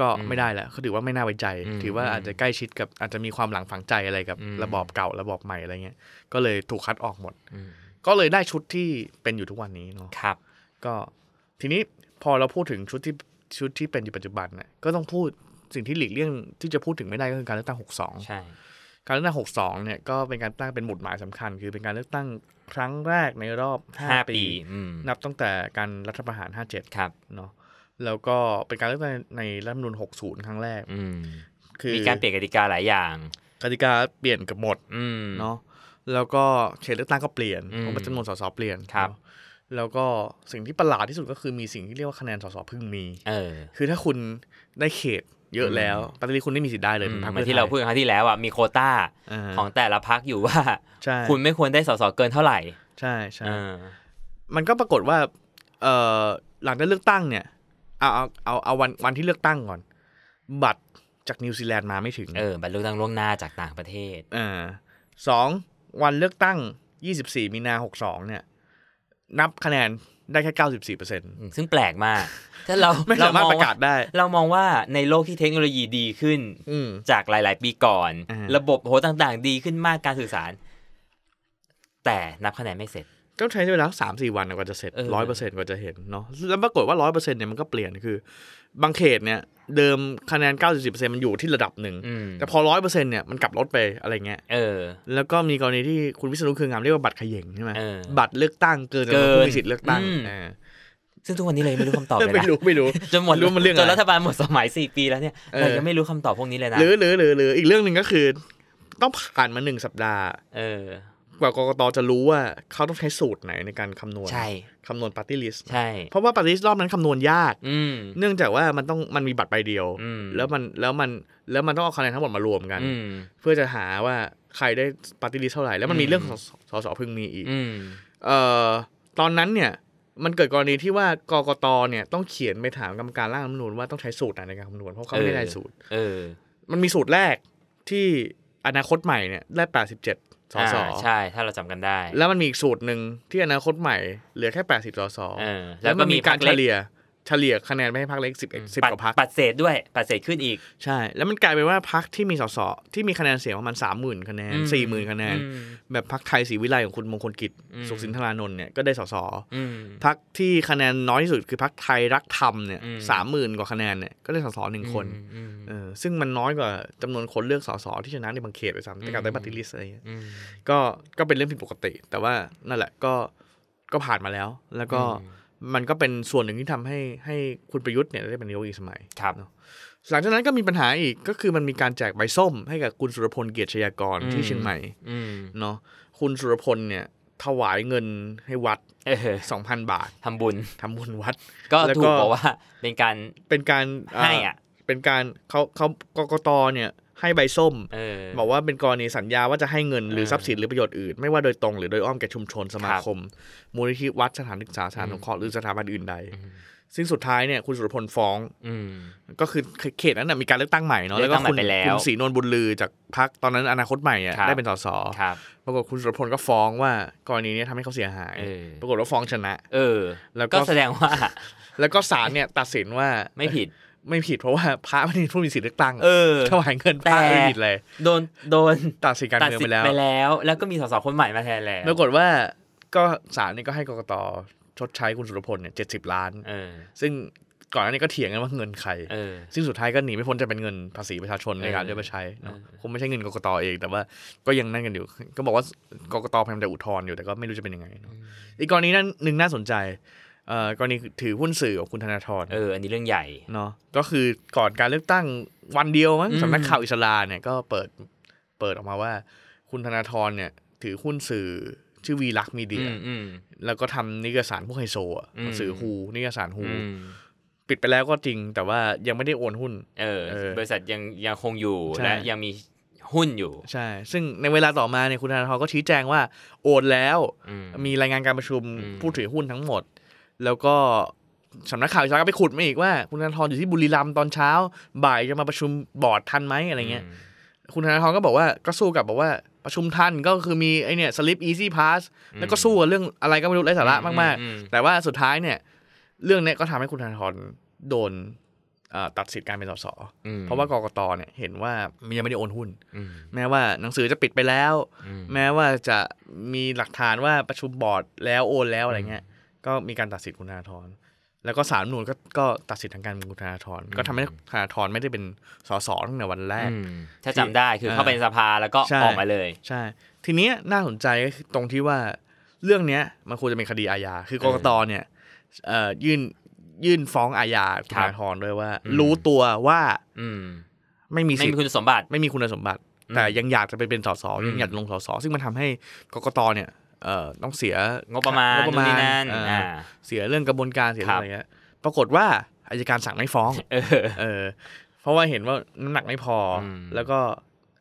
Speaker 2: ก็ไม่ได้แล้วเขาถือว่าไม่น่าไว้ใจ
Speaker 3: อืม
Speaker 2: ถือว่าอาจจะใกล้ชิดกับอาจจะมีความหลังฝังใจอะไรกับ
Speaker 3: อืม
Speaker 2: ระบอบเก่าระบอบใหม่อะไรเงี้ยก็เลยถูกคัดออกหมด
Speaker 3: อืม
Speaker 2: ก็เลยได้ชุดที่เป็นอยู่ทุกวันนี้เนาะ
Speaker 3: ครับ
Speaker 2: ก็ทีนี้พอเราพูดถึงชุดที่ชุดที่เป็นอยู่ปัจจุบันเนี่ยก็ต้องพูดสิ่งที่หลีกเลี่ยงที่จะพูดถึงไม่ได้ก็คือการเลือกตั้ง
Speaker 3: ใช่
Speaker 2: 62 การเลือกตั้ง 62 เนี่ยก็เป็นการตั้งเป็นหมุดหมายสำคัญ คือเป็นการเลือกตั้งครั้งแรกในรอบ
Speaker 3: ห้า
Speaker 2: 5 ปี
Speaker 3: ปี อืม
Speaker 2: นับตั้งแต่การรัฐประหาร
Speaker 3: ครับ
Speaker 2: 57 เนาะแล้วก็เป็นการเลือกตั้งในรัฐธรรมนูญ60 ครั้งแรก
Speaker 3: อืม
Speaker 2: คือ
Speaker 3: มีการเปลี่ยนกติกาหลายอย่าง
Speaker 2: กติกาเปลี่ยนเกับหมด
Speaker 3: อืม
Speaker 2: เนาะแล้วก็เขตเลือกตั้งก็เปลี่ยน
Speaker 3: อืม
Speaker 2: เพราะว่าจำนวนสสเปลี่ยน
Speaker 3: ครับ
Speaker 2: เนอะแล้วก็สิ่งที่ประหลาดที่สุดก็คือมีสิ่งที่เรียกว่าคะแนนสสเพึ่งมี
Speaker 3: เออ
Speaker 2: คือถ้าคุณได้เขตเยอะแล้วปฏิริษีคุณไม่มีสิทธิ์ได้เลย
Speaker 3: อืม
Speaker 2: เป็นพรรค
Speaker 3: เหมือ
Speaker 2: เพื่อน
Speaker 3: ที่เราพูด
Speaker 2: ไทย
Speaker 3: กันครั้งที่แล้วอ่ะมีโควต้า
Speaker 2: อ่า
Speaker 3: ของแต่ละพักอยู่ว่า
Speaker 2: ใช่
Speaker 3: คุณไม่ควรได้สสเกินเท่าไหร่
Speaker 2: ใช่ใช่
Speaker 3: เออ
Speaker 2: มันก็ปรากฏว่าเอ่อหลังจากเลือกตั้งเนี่ยเอาเอาเอาเอาวันวันที่เลือกตั้งก่อน บัตรจากนิวซีแลนด์มาไม่ถึง
Speaker 3: เออบัตรเลือกตั้งล่วงหน้าจากต่างประเทศ
Speaker 2: อ่าสองวันเลือกตั้ง 24 มีนา 62 เนี่ย นับคะแนนได้แค่ 94เปอร์เซ็นต์
Speaker 3: อืมซึ่งแปลกมาก ถ้าเรา
Speaker 2: ไม่สามารถ
Speaker 3: เ
Speaker 2: ประกาศได้
Speaker 3: เรามองว่าในโลกที่เทคโนโลยีดีขึ้น
Speaker 2: อืม
Speaker 3: จากหลาย ๆ ปีก่อน
Speaker 2: อ่า
Speaker 3: ระบบโหต่างๆ ดีขึ้นมากการสื่อสาร แต่นับคะแนนไม่เสร็จ
Speaker 2: ก็ใช้เวลาสามสี่วันกว่าจะเสร็จ
Speaker 3: เออ
Speaker 2: ร้อยเปอร์เซ็นต์กว่าจะเห็นเนาะแล้วปรากฏว่าร้อยเปอร์เซ็นต์เนี่ยมันก็เปลี่ยนคือ บางเขตเนี่ย เดิมคะแนนเก้าสิบเปอร์เซ็นต์มันอยู่ที่ระดับหนึ่ง
Speaker 3: อืม
Speaker 2: แต่พอร้อยเปอร์เซ็นต์เนี่ยมันกลับลดไปอะไรเงี้ย
Speaker 3: เออ
Speaker 2: แล้วก็มีกรณีที่คุณวิษณุเครืองามเรียกว่าบัตรเขย่งใช่ไหม
Speaker 3: เออ
Speaker 2: บัตรเลือกตั้งเกินจำนวนผู้มีสิทธิ์เลือกตั้ง
Speaker 3: เกิน
Speaker 2: เออ
Speaker 3: ซึ่งทุกวันนี้เลยงไม่รู้คำตอบเลย
Speaker 2: ไม่
Speaker 3: นะ
Speaker 2: รู้ไม่รู้
Speaker 3: จนหมด
Speaker 2: รู้มันเรื่อง
Speaker 3: จ
Speaker 2: อะไร
Speaker 3: นรัฐบาลหมดสมัยสี่ปีแล้วเนี่ย
Speaker 2: เออ
Speaker 3: เรายังไม่รู้คำตอบพวกนี้เลยนะ
Speaker 2: หรือหรือหรือหรืออีกเรื่องหนึ่งก็คือ ต้องผ่านมาหนึ่งสัปดาห์
Speaker 3: เออก
Speaker 2: ว่ากกตจะรู้ว่าเขาต้องใช้สูตรไหนในการคำนวณ
Speaker 3: ใช่
Speaker 2: คำนวณปาร์ตี้ลิสต์
Speaker 3: ใช่
Speaker 2: เพราะว่าปาร์ตี้ลิสต์รอบนั้นคำนวณยาก
Speaker 3: อืม
Speaker 2: เนื่องจากว่ามันต้องมันมีบัตรใบเดียว
Speaker 3: อืม
Speaker 2: แล้วมันแล้วมันแล้วมันต้องเอาคะแนนทั้งหมดมารวมกัน
Speaker 3: อืม
Speaker 2: เพื่อจะหาว่าใครได้ปาร์ตี้ลิสเท่าไหร่ แล้วมันมี
Speaker 3: อืม
Speaker 2: เรื่องของสสสพึงมีอีก
Speaker 3: อืม
Speaker 2: เอ่อตอนนั้นเนี่ยมันเกิดกรณีที่ว่ากกตเนี่ยต้องเขียนไปถามกรรมการร่างรัฐธรรมนูญว่าต้องใช้สูตรไหนในการคำนวณเพราะเขาไม่ได้ใช้สูตร
Speaker 3: เออ
Speaker 2: มันมีสูตรแรกที่อนาคตใหม่เนี่ยได้ 87สส
Speaker 3: าใช่ถ้าเราจำกันได้
Speaker 2: แล้วมันมีอีกสูตรหนึ่งที่อนาคตใหม่เหลือแค่ 80สส
Speaker 3: เออ
Speaker 2: แล้วมันมีการ
Speaker 3: พ
Speaker 2: เฉ
Speaker 3: ค
Speaker 2: ลี่ยเฉลี่ยคะแนนไปให้พรรคเล็ก10 10กว่าพรรค
Speaker 3: ปัดเศษด้วยปัดเศษขึ้นอีก
Speaker 2: ใช่ แล้วมันกลายเป็นว่าพักที่มีสสที่มีคะแนนเสียงประมาณสามหมื่นคะแนน
Speaker 3: อืม
Speaker 2: สี่หมื่นคะแนน
Speaker 3: อืม
Speaker 2: แบบพักไทยศรีวิไลของคุณมงคลกิจ
Speaker 3: อืม
Speaker 2: สุขสินธารานนท์เนี่ยก็ได้สส
Speaker 3: อืม
Speaker 2: พักที่คะแนนน้อยที่สุดคือพักไทยรักธรรมเนี่ย
Speaker 3: อืม
Speaker 2: สามหมื่นกว่าคะแนนเนี่ยก็ได้สสหนึ่งคน
Speaker 3: อืม
Speaker 2: เออซึ่งมันน้อยกว่าจำนวนคนเลือกสสที่ชนะในบางเขตไปซ้ำในการได้
Speaker 3: อืม
Speaker 2: ปฏิริษีอะไรเงี้ย
Speaker 3: อืม
Speaker 2: ก็ก็เป็นเรื่องผิดปกติ แต่ว่านั่นแหละก็ก็ผ่านมาแล้ว แล้วก็
Speaker 3: อืม
Speaker 2: มันก็เป็นส่วนหนึ่งที่ทำให้ให้คุณประยุทธ์เนี่ยได้เป็นนายกอีกสมัย
Speaker 3: ครับ
Speaker 2: หลังจากนั้นก็มีปัญหาอีกก็คือมันมีการแจกใบส้มให้กับคุณสุรพลเกียรติชยากร
Speaker 3: อืม
Speaker 2: ที่เชียงใหม่
Speaker 3: อืม
Speaker 2: เนาะคุณสุรพลเนี่ยถวายเงินให้วัด
Speaker 3: เออ
Speaker 2: 2,000 บาท
Speaker 3: ทำบุญ
Speaker 2: ทำบุญวัด
Speaker 3: ก็
Speaker 2: แล้วก็
Speaker 3: ถูกบอกว่าเป็นการ
Speaker 2: เป็นการเ
Speaker 3: ให้อ่ะ
Speaker 2: เป็นการเขาเขากกตเนี่ยให้ใบส้ม
Speaker 3: เออ
Speaker 2: บอกว่าเป็นกรณีสัญญาว่าจะให้เงินหรือ
Speaker 3: เออ
Speaker 2: ทรัพย์สินหรือประโยชน์อื่น ไม่ว่าโดยตรงหรือโดยอ้อมแก่ชุมชนสมาคม มูลนิธิวัดสถานศึกษาสถานสงเคราะห์หรือสถาบันอื่นใด
Speaker 3: อืม
Speaker 2: ซึ่งสุดท้ายเนี่ยคุณสุรพลฟ้อง
Speaker 3: อืม
Speaker 2: ก็คือเขตนั้นนะมีการเลือกตั้งใหม่เนาะ
Speaker 3: เลื
Speaker 2: แล้
Speaker 3: อ
Speaker 2: ว
Speaker 3: ก
Speaker 2: ก็
Speaker 3: ตั้งใหม่
Speaker 2: คุณ
Speaker 3: ไปแล้ว
Speaker 2: คุณศรีนวลบุญลือจากพักตอนนั้นอนาคตใหม่อะ
Speaker 3: ครับ
Speaker 2: ได้เป็นสส
Speaker 3: ครับ
Speaker 2: ปรากฏคุณสุรพลก็ฟ้องว่ากรณีเนี้ยทำให้เขาเสียหาย
Speaker 3: เออ
Speaker 2: ปรากฏว่าฟ้องชนะ
Speaker 3: เออ
Speaker 2: แล้วก็
Speaker 3: ก็แสดงว่า
Speaker 2: แล้วก็ศาลเนี่ยตัดสินว่า
Speaker 3: ไม่ผิด
Speaker 2: ไม่ผิดเพราะว่าพระไม่ได้ผู้มีสิทธิ์เลือกตั้ง
Speaker 3: เออ
Speaker 2: ถวายเงินพระ
Speaker 3: แต่
Speaker 2: ไม่ผิดเลย
Speaker 3: โดนโดน
Speaker 2: ตัดสินการ
Speaker 3: ตัด
Speaker 2: เมือง
Speaker 3: สิน
Speaker 2: ไปแล้ว
Speaker 3: ไปแล้ว แล้วก็มีสสคนใหม่มาแทนแล้ว
Speaker 2: ปรากฏว่าก็ศาลเนี่ยก็ให้กกตชดใช้คุณสุรพลเนี่ยเจ็ดสิบล้าน
Speaker 3: เออ
Speaker 2: ซึ่งก่อนหน้านี้ก็เถียงกันว่าเงินใคร
Speaker 3: เออ
Speaker 2: ซึ่งสุดท้ายก็หนีไม่พ้นจะเป็นเงินภาษีประชาชนในการ
Speaker 3: เออ
Speaker 2: เรียกมาใช้เนอะ
Speaker 3: เออ
Speaker 2: คงไม่ใช่เงินกกตเอง แต่ว่าก็ยังนั่นกันอยู่ ก็บอกว่ากกตพยายามจะอุทธรณ์อยู่แต่ก็ไม่รู้จะเป็นยังไงเนอะอีกกรณีนั้นหนึ่งน่าสนใจ เอ่อกรณีถือหุ้นสื่อของคุณธนาธร
Speaker 3: เออ อันนี้เรื่องใหญ่
Speaker 2: เนาะก็คือก่อนการเลือกตั้งวันเดียวมั้ง
Speaker 3: อืม
Speaker 2: สำนักข่าวอิสลาเนี่ยก็เปิดเปิดออกมาว่า คุณธนาธรเนี่ย ถือหุ้นสื่อชื่อวีลักมีเดีย
Speaker 3: อืมอืม
Speaker 2: แล้วก็ทำนิตยสารพวกไฮโซอะ
Speaker 3: อืม
Speaker 2: สื่อฮูนิตยสารฮู
Speaker 3: อืม
Speaker 2: ปิดไปแล้วก็จริง แต่ว่ายังไม่ได้โอนหุ้น
Speaker 3: เออ
Speaker 2: เออบ
Speaker 3: ริษัทยังยังคงอยู่
Speaker 2: ใช่
Speaker 3: และยังมีหุ้นอยู่
Speaker 2: ใช่ ซึ่งในเวลาต่อมาเนี่ยคุณธนาธรก็ชี้แจงว่าโอนแล้ว
Speaker 3: อืม
Speaker 2: มีรายงานการประชุม
Speaker 3: อืม
Speaker 2: ผู้ถือหุ้นทั้งหมด แล้วก็สำนักข่าวอิสระก็ไปขุดมาอีกว่า คุณธนาธรอยู่ที่บุรีรัมย์ตอนเช้า บ่ายจะมาประชุมบอร์ดทันไหมอะไรเงี้ย คุณธนาธรก็บอกว่าก็สู้กลับบอกว่าประชุมทันก็คือมีไอเนี่ยสลิปอีซี่พาสแล้วก็สู้กับเรื่องอะไรก็ไม่รู้ไร้สาระมาก
Speaker 3: อืม
Speaker 2: ๆ แต่ว่าสุดท้ายเนี่ย เรื่องเนี้ยก็ทำให้คุณธนาธรโดนเอ่อตัดสิทธิ์การเป็นสส
Speaker 3: อืม
Speaker 2: เพราะว่ากกตเนี่ยเห็นว่ามันยังไม่ได้โอนหุ้น
Speaker 3: อืม
Speaker 2: แม้ว่าหนังสือจะปิดไปแล้ว
Speaker 3: อืม
Speaker 2: แม้ว่าจะมีหลักฐานว่าประชุมบอร์ดแล้วโอนแล้วอะไรเงี้ย ก็มีการตัดสิทธิ์คุณธนาธรแล้วก็สาลรฐธรรมนูนก็ก็ตัดสิทธิ์ทางการเมืองคุณธนาธรก็ทำให้ธนาธรไม่ได้เป็นสสตั้งแต่วันแรก
Speaker 3: อืมถ้าจำได้คือเข้าไปในสภาแล้วก็
Speaker 2: ใช่
Speaker 3: ออกมาเลย
Speaker 2: ใช่ ทีเนี้ยน่าสนใจก็คือตรงที่ว่าเรื่องเนี้ยมันควรจะเป็นคดีอาญา คือกรกตเนี่ยเอ่อยื่นยื่นฟ้องอาญาคุณ
Speaker 3: ครั
Speaker 2: ธ
Speaker 3: บ
Speaker 2: นาธรด้วยว่า
Speaker 3: อืม
Speaker 2: รู้ตัวว่า
Speaker 3: อืม
Speaker 2: ไม่มี
Speaker 3: ไม่
Speaker 2: สิท
Speaker 3: มี
Speaker 2: ธิ์
Speaker 3: คุณสมบัติ
Speaker 2: ไม่มีคุณสมบัติ
Speaker 3: อืม
Speaker 2: แต่ยังอยากจะไปเป็นสส
Speaker 3: อืม
Speaker 2: ยังอยากลงสสซึ่งมันทำให้กกตเนี่ยเอ่อต้องเสีย
Speaker 3: งบประมาณ
Speaker 2: งบประมาณ
Speaker 3: นู่นนี่นั่น
Speaker 2: เอ่ออ
Speaker 3: อ่า
Speaker 2: เสียเรื่องกระบวนการเสีย
Speaker 3: ครับ
Speaker 2: อะไรเงี้ยปรากฏว่าอายการสั่งไม่ฟ้อง
Speaker 3: เออ
Speaker 2: เออเพราะว่าเห็นว่าน้ำหนักไม่พออ
Speaker 3: ม
Speaker 2: แล้วก็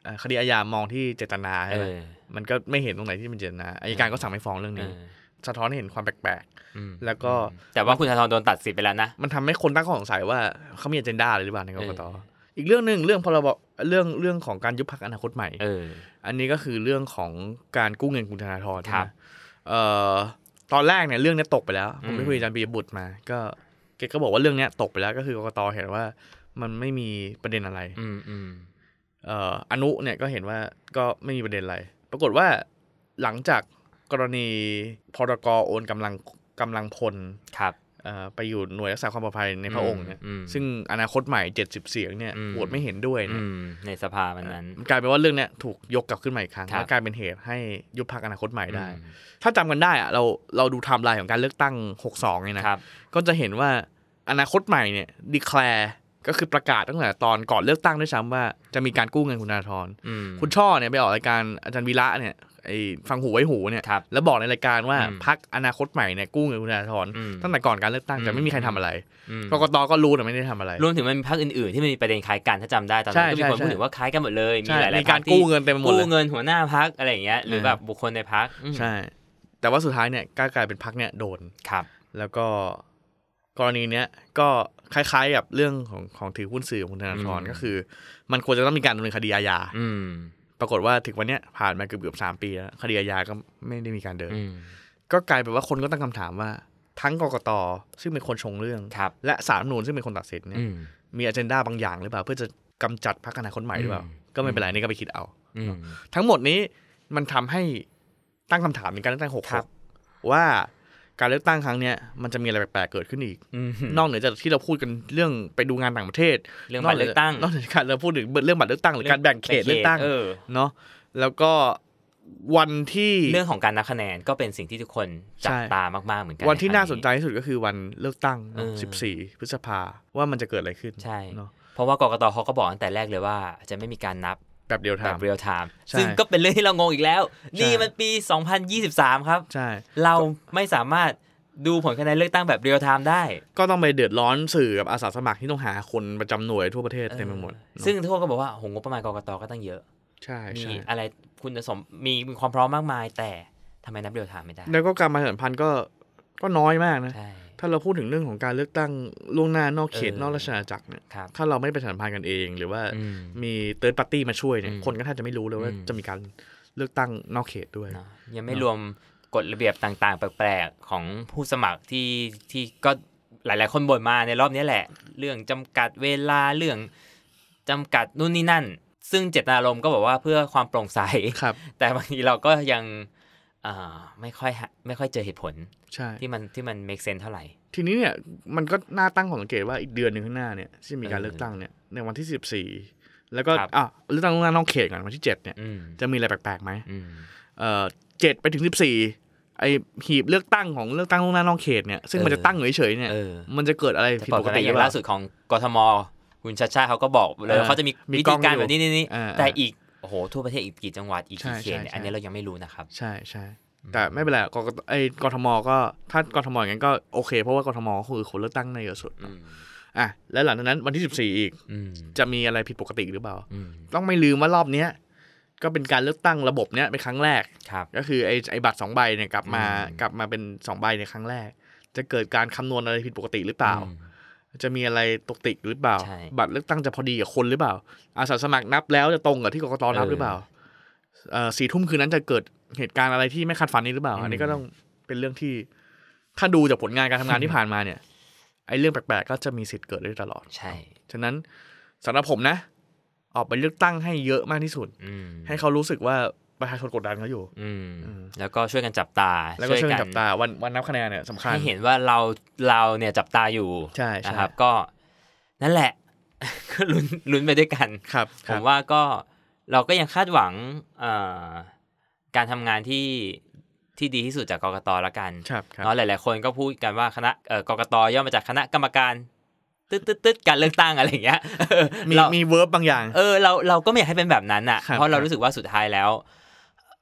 Speaker 2: เอ่อคดีอาญามองที่เจตนา
Speaker 3: เอ
Speaker 2: ใช่ไหม
Speaker 3: อ
Speaker 2: มันก็ไม่เห็นตรงไหนที่มันเจตนาอายการก็สั่งไม่ฟ้องเรื่อง
Speaker 3: เอ
Speaker 2: นี้
Speaker 3: อ
Speaker 2: สะท้อนให้เห็นความแปลก
Speaker 3: อืม
Speaker 2: ๆ แล้วก็
Speaker 3: แต่ว่าคุณธนาธรโดนตัดสิทธิ์ไปแล้วนะ
Speaker 2: มันทำให้คนตั้งข้อสงสัยว่าเขามี a เจนดาอะไรหรือเปล่าในกรกต
Speaker 3: เออ
Speaker 2: อีกเรื่องหนึ่งเรื่องพรบเรื่องเรื่องของการยุบพักอนาคตใหม่
Speaker 3: เออ
Speaker 2: อันนี้ก็คือเรื่องของการกู้เงินคุณธนาธร
Speaker 3: ครับ
Speaker 2: นะเอ่อตอนแรกเนี่ยเรื่องเนี้ยตกไปแล้ว ผมไปคุยกับอาจารย์ปียบุตรมา ก็แกก็บอกว่าเรื่องเนี้ยตกไปแล้วก็คือกรกตเห็นว่ามันไม่มีประเด็นอะไร
Speaker 3: อืมอืม
Speaker 2: เอ่ออนุเนี่ยก็เห็นว่าก็ไม่มีประเด็นอะไร ปรากฏว่าหลังจากกรณีพรกโอนกำลังกำลังพล
Speaker 3: ครับ
Speaker 2: เอ่อไปอยู่หน่วยรักษาความปลอดภัยในพระองค์เนี่ย
Speaker 3: ม
Speaker 2: ซึ่งอนาคตใหม่ 70 เสียงเนี่ย
Speaker 3: อืม
Speaker 2: โหวตไม่เห็นด้วย
Speaker 3: อื
Speaker 2: เนี่ย
Speaker 3: มในสภามันนั้น
Speaker 2: มันกลายเป็นว่าเรื่องเนี้ยถูกยกกลับขึ้นมาอีกครั้ง
Speaker 3: ครับ
Speaker 2: และกลายเป็นเหตุให้ยุบพักอนาคตใหม่ได้
Speaker 3: อื
Speaker 2: ถ้าจำกันได้อะเราเราดูไทม์ไลน์ของการเลือกตั้ง 62เนี่ย
Speaker 3: ม
Speaker 2: นะครับ ก็จะเห็นว่าอนาคตใหม่เนี่ยดีแคลร์ก็คือประกาศตั้งแต่ตอนก่อนเลือกตั้งด้วยซ้ำว่าจะมีการกู้เงินคุณธนาธร
Speaker 3: อืม
Speaker 2: คุณช่อเนี่ยไปออกรายการอาจารย์วีระเนี่ยไอ้ฟังหูไว้หูเนี่ย
Speaker 3: ครับ
Speaker 2: แล้วบอกในรายการว่า
Speaker 3: อืม
Speaker 2: พักอนาคตใหม่เนี่ยกู้เงินคุณธนาธร
Speaker 3: อืม
Speaker 2: ตั้งแต่ก่อนการเลือกตั้งแต่
Speaker 3: อื
Speaker 2: ไม่
Speaker 3: ม
Speaker 2: มีใครทำอะไร
Speaker 3: อืม
Speaker 2: กกตก็รู้แต่ไม่ได้ทำอะไร
Speaker 3: รวมถึงมันมีพรรคอื่นๆ ที่มันมีประเด็นคล้ายกันถ้าจำได้ตอนนั้นก็มี
Speaker 2: ใช่
Speaker 3: คน
Speaker 2: ใช่
Speaker 3: พูดถึงว่าคล้ายกันหมดเลยมี
Speaker 2: ใช่
Speaker 3: หลาย
Speaker 2: มี
Speaker 3: ๆพร
Speaker 2: การ ร
Speaker 3: ค
Speaker 2: กู้
Speaker 3: ที่
Speaker 2: เงินเต็มไปหมด
Speaker 3: กู้
Speaker 2: เลย
Speaker 3: เงินหัวหน้าพรรคอะไรอย่างเงี้ยหรือ
Speaker 2: เออ
Speaker 3: แบบบุคคลในพรรคอืม
Speaker 2: ใช่ แต่ว่าสุดท้ายเนี่ยก็กลายเป็นพักเนี่ยโดน
Speaker 3: ครับ
Speaker 2: แล้วก็กรณีเนี้ยก็คล้ายๆกับเรื่องของของถือหุ้นสื่อของคุณธนาธร
Speaker 3: อืม
Speaker 2: ก็คือ มันควรจะต้องมีการดำเนินคดีอาญา
Speaker 3: อืม
Speaker 2: ปรากฏว่าถึงวันเนี้ยผ่านมาเกือบเกือบๆสามปีแล้วคดีอาญาก็ไม่ได้มีการเดิน
Speaker 3: อืม
Speaker 2: ก็กลายเป็นว่าคนก็ตั้งคำถามว่า ทั้งกกตซึ่งเป็นคนชงเรื่อง
Speaker 3: ครับ
Speaker 2: และสาลรฐธรรมนูนซึ่งเป็นคนตัดสินเนี่ย
Speaker 3: อืม
Speaker 2: มีอเจนดาบางอย่างหรือเปล่า เพื่อจะกำจัดพรรคอนาคตใหม่หรือเปล่า
Speaker 3: อืม
Speaker 2: ก็ไม่เป็นไรนี่ก็ไปคิดเอา
Speaker 3: อืม
Speaker 2: ทั้งหมดนี้มันทำให้ตั้งคำถามในการเลือกตั้งหก
Speaker 3: ครับ
Speaker 2: ว่าการเลือกตั้งครั้งเนี้ยมันจะมีอะไรแปลกๆเกิดขึ้นอีก
Speaker 3: อืม
Speaker 2: นอกเหนือจากที่เราพูดกันเรื่องไปดูงานต่างประเทศ
Speaker 3: เรื่องบัตรเลือกตั้ง
Speaker 2: นอกจากการเราพูดถึงเรื่องบัตรเลือกตั้งหรือการแบ่งเขตเลือกตั้ง
Speaker 3: เออ
Speaker 2: เนาะแล้วก็วันที่
Speaker 3: เรื่องของการนับคะแนนก็เป็นสิ่งที่ทุกคนจับ
Speaker 2: ใช่
Speaker 3: ตามาก ๆ เหมือนกัน
Speaker 2: วันที่
Speaker 3: ใค
Speaker 2: น่า
Speaker 3: รั้ง
Speaker 2: สนใจที่สุดก็คือวันเลือกตั้งเนอะ
Speaker 3: เออ
Speaker 2: 14 พฤษภาว่ามันจะเกิดอะไรขึ้น
Speaker 3: ใช่
Speaker 2: เนาะ
Speaker 3: เพราะว่ากกตเขาก็บอกตั้งแต่แรกเลยว่า จะไม่มีการนับ
Speaker 2: แบบเดียว
Speaker 3: แบ
Speaker 2: ทา
Speaker 3: บ
Speaker 2: ม
Speaker 3: เรียลไทม์
Speaker 2: ใช่
Speaker 3: ซึ่งก็เป็นเรื่องที่เรางงอีกแล้ว
Speaker 2: ใช่
Speaker 3: นี่มันปี 2023 ครับ
Speaker 2: ใช่
Speaker 3: เราไม่สามารถดูผลคะแนนเลือกตั้งแบบเรียลไทม์ได้
Speaker 2: ก็ต้องไปเดือดร้อนสื่อกับอาสาสมัครที่ต้องหาคนประจำหน่วยทั่วประเทศเต็มไปหมด
Speaker 3: เออ
Speaker 2: เนอะ
Speaker 3: ซึ่งทุกคนก็บอกว่าโหงบประมาณกกตก็ตั้งเยอะ
Speaker 2: ใช่
Speaker 3: มี
Speaker 2: ใช่
Speaker 3: อะไรคุณสมมีมีความพร้อมมากมาย แต่ทำไมนับเรียลไทม์ไม่ได้
Speaker 2: แล้วก็การประชาสัมพันธ์ก็ก็น้อยมากนะ
Speaker 3: ใช่
Speaker 2: ถ้าเราพูดถึงเรื่องของการเลือกตั้งล่วงหน้านอกเขต
Speaker 3: เออ
Speaker 2: นอกราชอาณาจักรเนี่ย
Speaker 3: ครับ
Speaker 2: ถ้าเราไม่ประชาสัมพันธ์กันเอง หรือว่า
Speaker 3: อืม
Speaker 2: มีเติร์ดปาร์ตี้มาช่วยเนี่ย
Speaker 3: อืม
Speaker 2: คนก็แทบจะไม่รู้เลยว่า
Speaker 3: อืม
Speaker 2: จะมีการเลือกตั้งนอกเขตด้วย
Speaker 3: เนอะยังไม่
Speaker 2: เนอะ
Speaker 3: รวมกฎระเบียบต่างๆ แปลกๆ ของผู้สมัครที่ที่ก็หลายๆ คนบ่นมาในรอบนี้แหละ เรื่องจำกัดเวลาเรื่องจำกัดนู่นนี่นั่น ซึ่งเจตนารมณ์ก็บอกว่าเพื่อความโปร่งใส
Speaker 2: ครับ
Speaker 3: แต่บางทีเราก็ยังเอ่อไม่ค่อยหาไม่ค่อยเจอเหตุผล
Speaker 2: ใช่
Speaker 3: ที่มันที่มัน make sense เท่าไหร่
Speaker 2: ทีนี้เนี่ยมันก็น่าตั้งข้อสังเกตว่าอีกเดือนหนึ่งข้างหน้าเนี่ยที่จะมีการเลือกตั้งเนี่ยในวันที่สิบสี่แล้วก็
Speaker 3: ครับ
Speaker 2: อ่ะเลือกตั้งล่วงหน้านอกเขตก่อนวันที่เจ็ดเนี่ย
Speaker 3: อืม
Speaker 2: จะมีอะไรแปลกๆไหม
Speaker 3: อืม
Speaker 2: เอ่อเจ็ดไปถึงสิบสี่ ไอหีบเลือกตั้งของเลือกตั้งล่วงหน้านอกเขตเนี่ยซึ่งมันจะตั้งอยู่เฉยๆเนี่ย
Speaker 3: เออ
Speaker 2: มันจะเกิดอะไร
Speaker 3: แต่
Speaker 2: ผิด
Speaker 3: ป
Speaker 2: ป
Speaker 3: ก
Speaker 2: ก
Speaker 3: ติ
Speaker 2: ติ
Speaker 3: อ
Speaker 2: หรื
Speaker 3: ย่า
Speaker 2: อง เป
Speaker 3: ล่า
Speaker 2: ล่า
Speaker 3: สุดของกทมคุณชาชาติเขาก็บอกเลย
Speaker 2: เออ
Speaker 3: เขาจะมี
Speaker 2: มี
Speaker 3: วิ
Speaker 2: กล้
Speaker 3: ธี
Speaker 2: อง
Speaker 3: การ
Speaker 2: อยู่
Speaker 3: แบบนี้นี่นี่
Speaker 2: เออ
Speaker 3: แต่อีกโอ้โหทั่วประเทศอีกกี่จังหวัดอีกกี่
Speaker 2: ใช่
Speaker 3: เขตเนี่ย
Speaker 2: ใช่
Speaker 3: อันนี้เรายังไม่รู้นะครับ
Speaker 2: ใช่ใช่แต่ไม่เป็นไรกกตไอกทมก็ถ้ากทมอย่างนั้นก็โอเค เพราะว่ากทมก็คือคนเลือกตั้งในเยอะสุด
Speaker 3: อืม
Speaker 2: อ่ะแล้วหลังจากนั้นวันที่ 14 อีก
Speaker 3: อืม
Speaker 2: จะมีอะไรผิดปกติหรือเปล่า
Speaker 3: อืม
Speaker 2: ต้องไม่ลืมว่ารอบเนี้ยก็เป็นการเลือกตั้งระบบเนี้ยเป็นครั้งแรก
Speaker 3: ครับ
Speaker 2: ก็คือไอ้ไอ้บัตรสองใบเนี่ยกลับมา
Speaker 3: อืม
Speaker 2: กลับมาเป็นสองใบในครั้งแรก จะเกิดการคำนวณอะไรผิดปกติหรือเปล่า
Speaker 3: อืม
Speaker 2: จะมีอะไรตกติกหรือเปล่า
Speaker 3: ใช่
Speaker 2: บัตรเลือกตั้งจะพอดีกับคนหรือเปล่า อาสาสมัครนับแล้วจะตรงกับที่กกตนับ
Speaker 3: เออ
Speaker 2: หรือเปล่าเอ่อสี่ทุ่มคืนนั้นจะเกิดเหตุการณ์อะไรที่ไม่คาดฝันนี้หรือเปล่า
Speaker 3: อืม
Speaker 2: อันนี้ก็ต้องเป็นเรื่องที่ ถ้าดูจากผลงานการทำงานที่ผ่านมาเนี่ย ไอ้เรื่องแปลกๆก็จะมีสิทธิ์เกิดได้ตลอด
Speaker 3: ใช่
Speaker 2: ฉะนั้นสำหรับผมนะ ออกไปเลือกตั้งให้เยอะมากที่สุด
Speaker 3: อืม
Speaker 2: ให้เขารู้สึกว่าประชาชนกดดันเขาอยู่
Speaker 3: อืม
Speaker 2: อืม
Speaker 3: แล้วก็ช่วยกันจับตา
Speaker 2: แล้วก็ช่วยกันจับตาวันวันนับคะแนนเนี่ยสำคัญ
Speaker 3: ให้เห็นว่าเราเราเนี่ยจับตาอยู่
Speaker 2: ใช่ใช่
Speaker 3: นะครับ ก็นั่นแหละ ก็ลุ้นลุ้นไปด้วยกัน
Speaker 2: ครับค
Speaker 3: ผ
Speaker 2: รั
Speaker 3: ม
Speaker 2: บ
Speaker 3: ว่าก็เราก็ยังคาดหวังเอ่อการทำงานที่ที่ดีที่สุดจากกกตละกัน
Speaker 2: ครับครับ
Speaker 3: เนาะหลาย ๆ คนก็พูดกันว่าคณะเอ่อกกตย่อมาจากคณะกรรมการตึ๊ดตึ๊ดตึ๊ดการเลือกตั้งอะไรอย่างเงี้ยเออ
Speaker 2: มี
Speaker 3: เรา
Speaker 2: มีเวิร์บบางอย่าง
Speaker 3: เออเราเราก็ไม่อยากให้เป็นแบบนั้นอ่ะ
Speaker 2: ครับ
Speaker 3: เพราะเรา
Speaker 2: ครับ
Speaker 3: รู้สึกว่าสุดท้ายแล้ว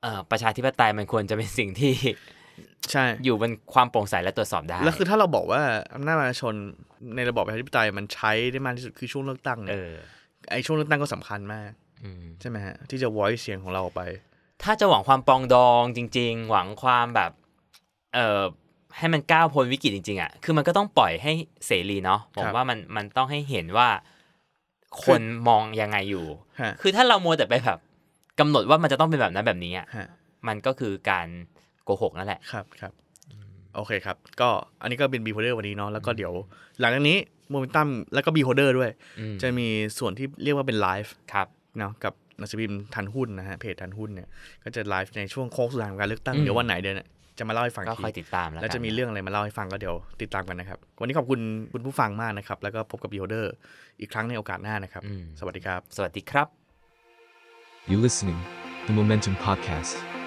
Speaker 3: เอ่อประชาธิปไตยมันควรจะเป็นสิ่งที่
Speaker 2: ใช่
Speaker 3: อยู่บนความโปร่งใสและตรวจสอบได้
Speaker 2: แล้วคือถ้าเราบอกว่าอำนาจประชาชนในระบอบประชาธิปไตยมันใช้ได้มากที่สุดคือช่วงเลือกตั้ง
Speaker 3: เอ
Speaker 2: เนี่ย
Speaker 3: อ
Speaker 2: ไอ้ช่วงเลือกตั้งก็สำคัญมาก
Speaker 3: อืม
Speaker 2: ใช่ไหมฮะที่จะ voice เสียงของเราออกไป
Speaker 3: ถ้าจะหวังความปรองดองจริง ๆ หวังความแบบเอ่อให้มันก้าวพ้นวิกฤตจริง ๆ อ่ะ คือมันก็ต้องปล่อยให้เสรีเนาะ ผม
Speaker 2: ครับ
Speaker 3: ว่ามันมันต้องให้เห็นว่าคนมองยังไงอยู่
Speaker 2: ฮะ
Speaker 3: คือถ้าเรามัวแต่ไปแบบกำหนดว่ามันจะต้องเป็นแบบนั้นแบบนี้อ่ะ
Speaker 2: ฮะ
Speaker 3: มันก็คือการโกหกนั่นแหละ
Speaker 2: ครับครับโอเคครับ ก็อันนี้ก็เป็น b e h o l d e r วันนี้เนาะแล้วก็เดี๋ยว หลังจากนี้โมเมนตัมแล้วก็ b e h o l d e r ด้วย
Speaker 3: อืม
Speaker 2: จะมีส่วนที่เรียกว่าเป็นไลฟ์
Speaker 3: ครับ
Speaker 2: เนาะกับหนักสือพิมพ์ทันหุ้นนะฮะเพจทันหุ้นเนี่ยก็จะไลฟ์ในช่วงโค้งสุดท้ายของการเลือกตั้ง
Speaker 3: อืม
Speaker 2: เดี๋ยววันไหนเดี๋ยวเนี่ยจะมาเล่าให้ฟัง
Speaker 3: ก็
Speaker 2: ที
Speaker 3: คอยติดตามแล้ว
Speaker 2: แล้
Speaker 3: กั
Speaker 2: วน จะมีเรื่องอะไรมาเล่าให้ฟังก็เดี๋ยวติดตามกันนะครับ วันนี้ขอบคุณคุณผู้ฟังมากนะครับ แล้วก็พบกับ b e h o l d e r อีกครั้งในโอกาสหน้านะครับ
Speaker 3: อืม
Speaker 2: สวัสดีครับ
Speaker 3: สวัสดีครับ
Speaker 1: You listening, the Momentum Podcast.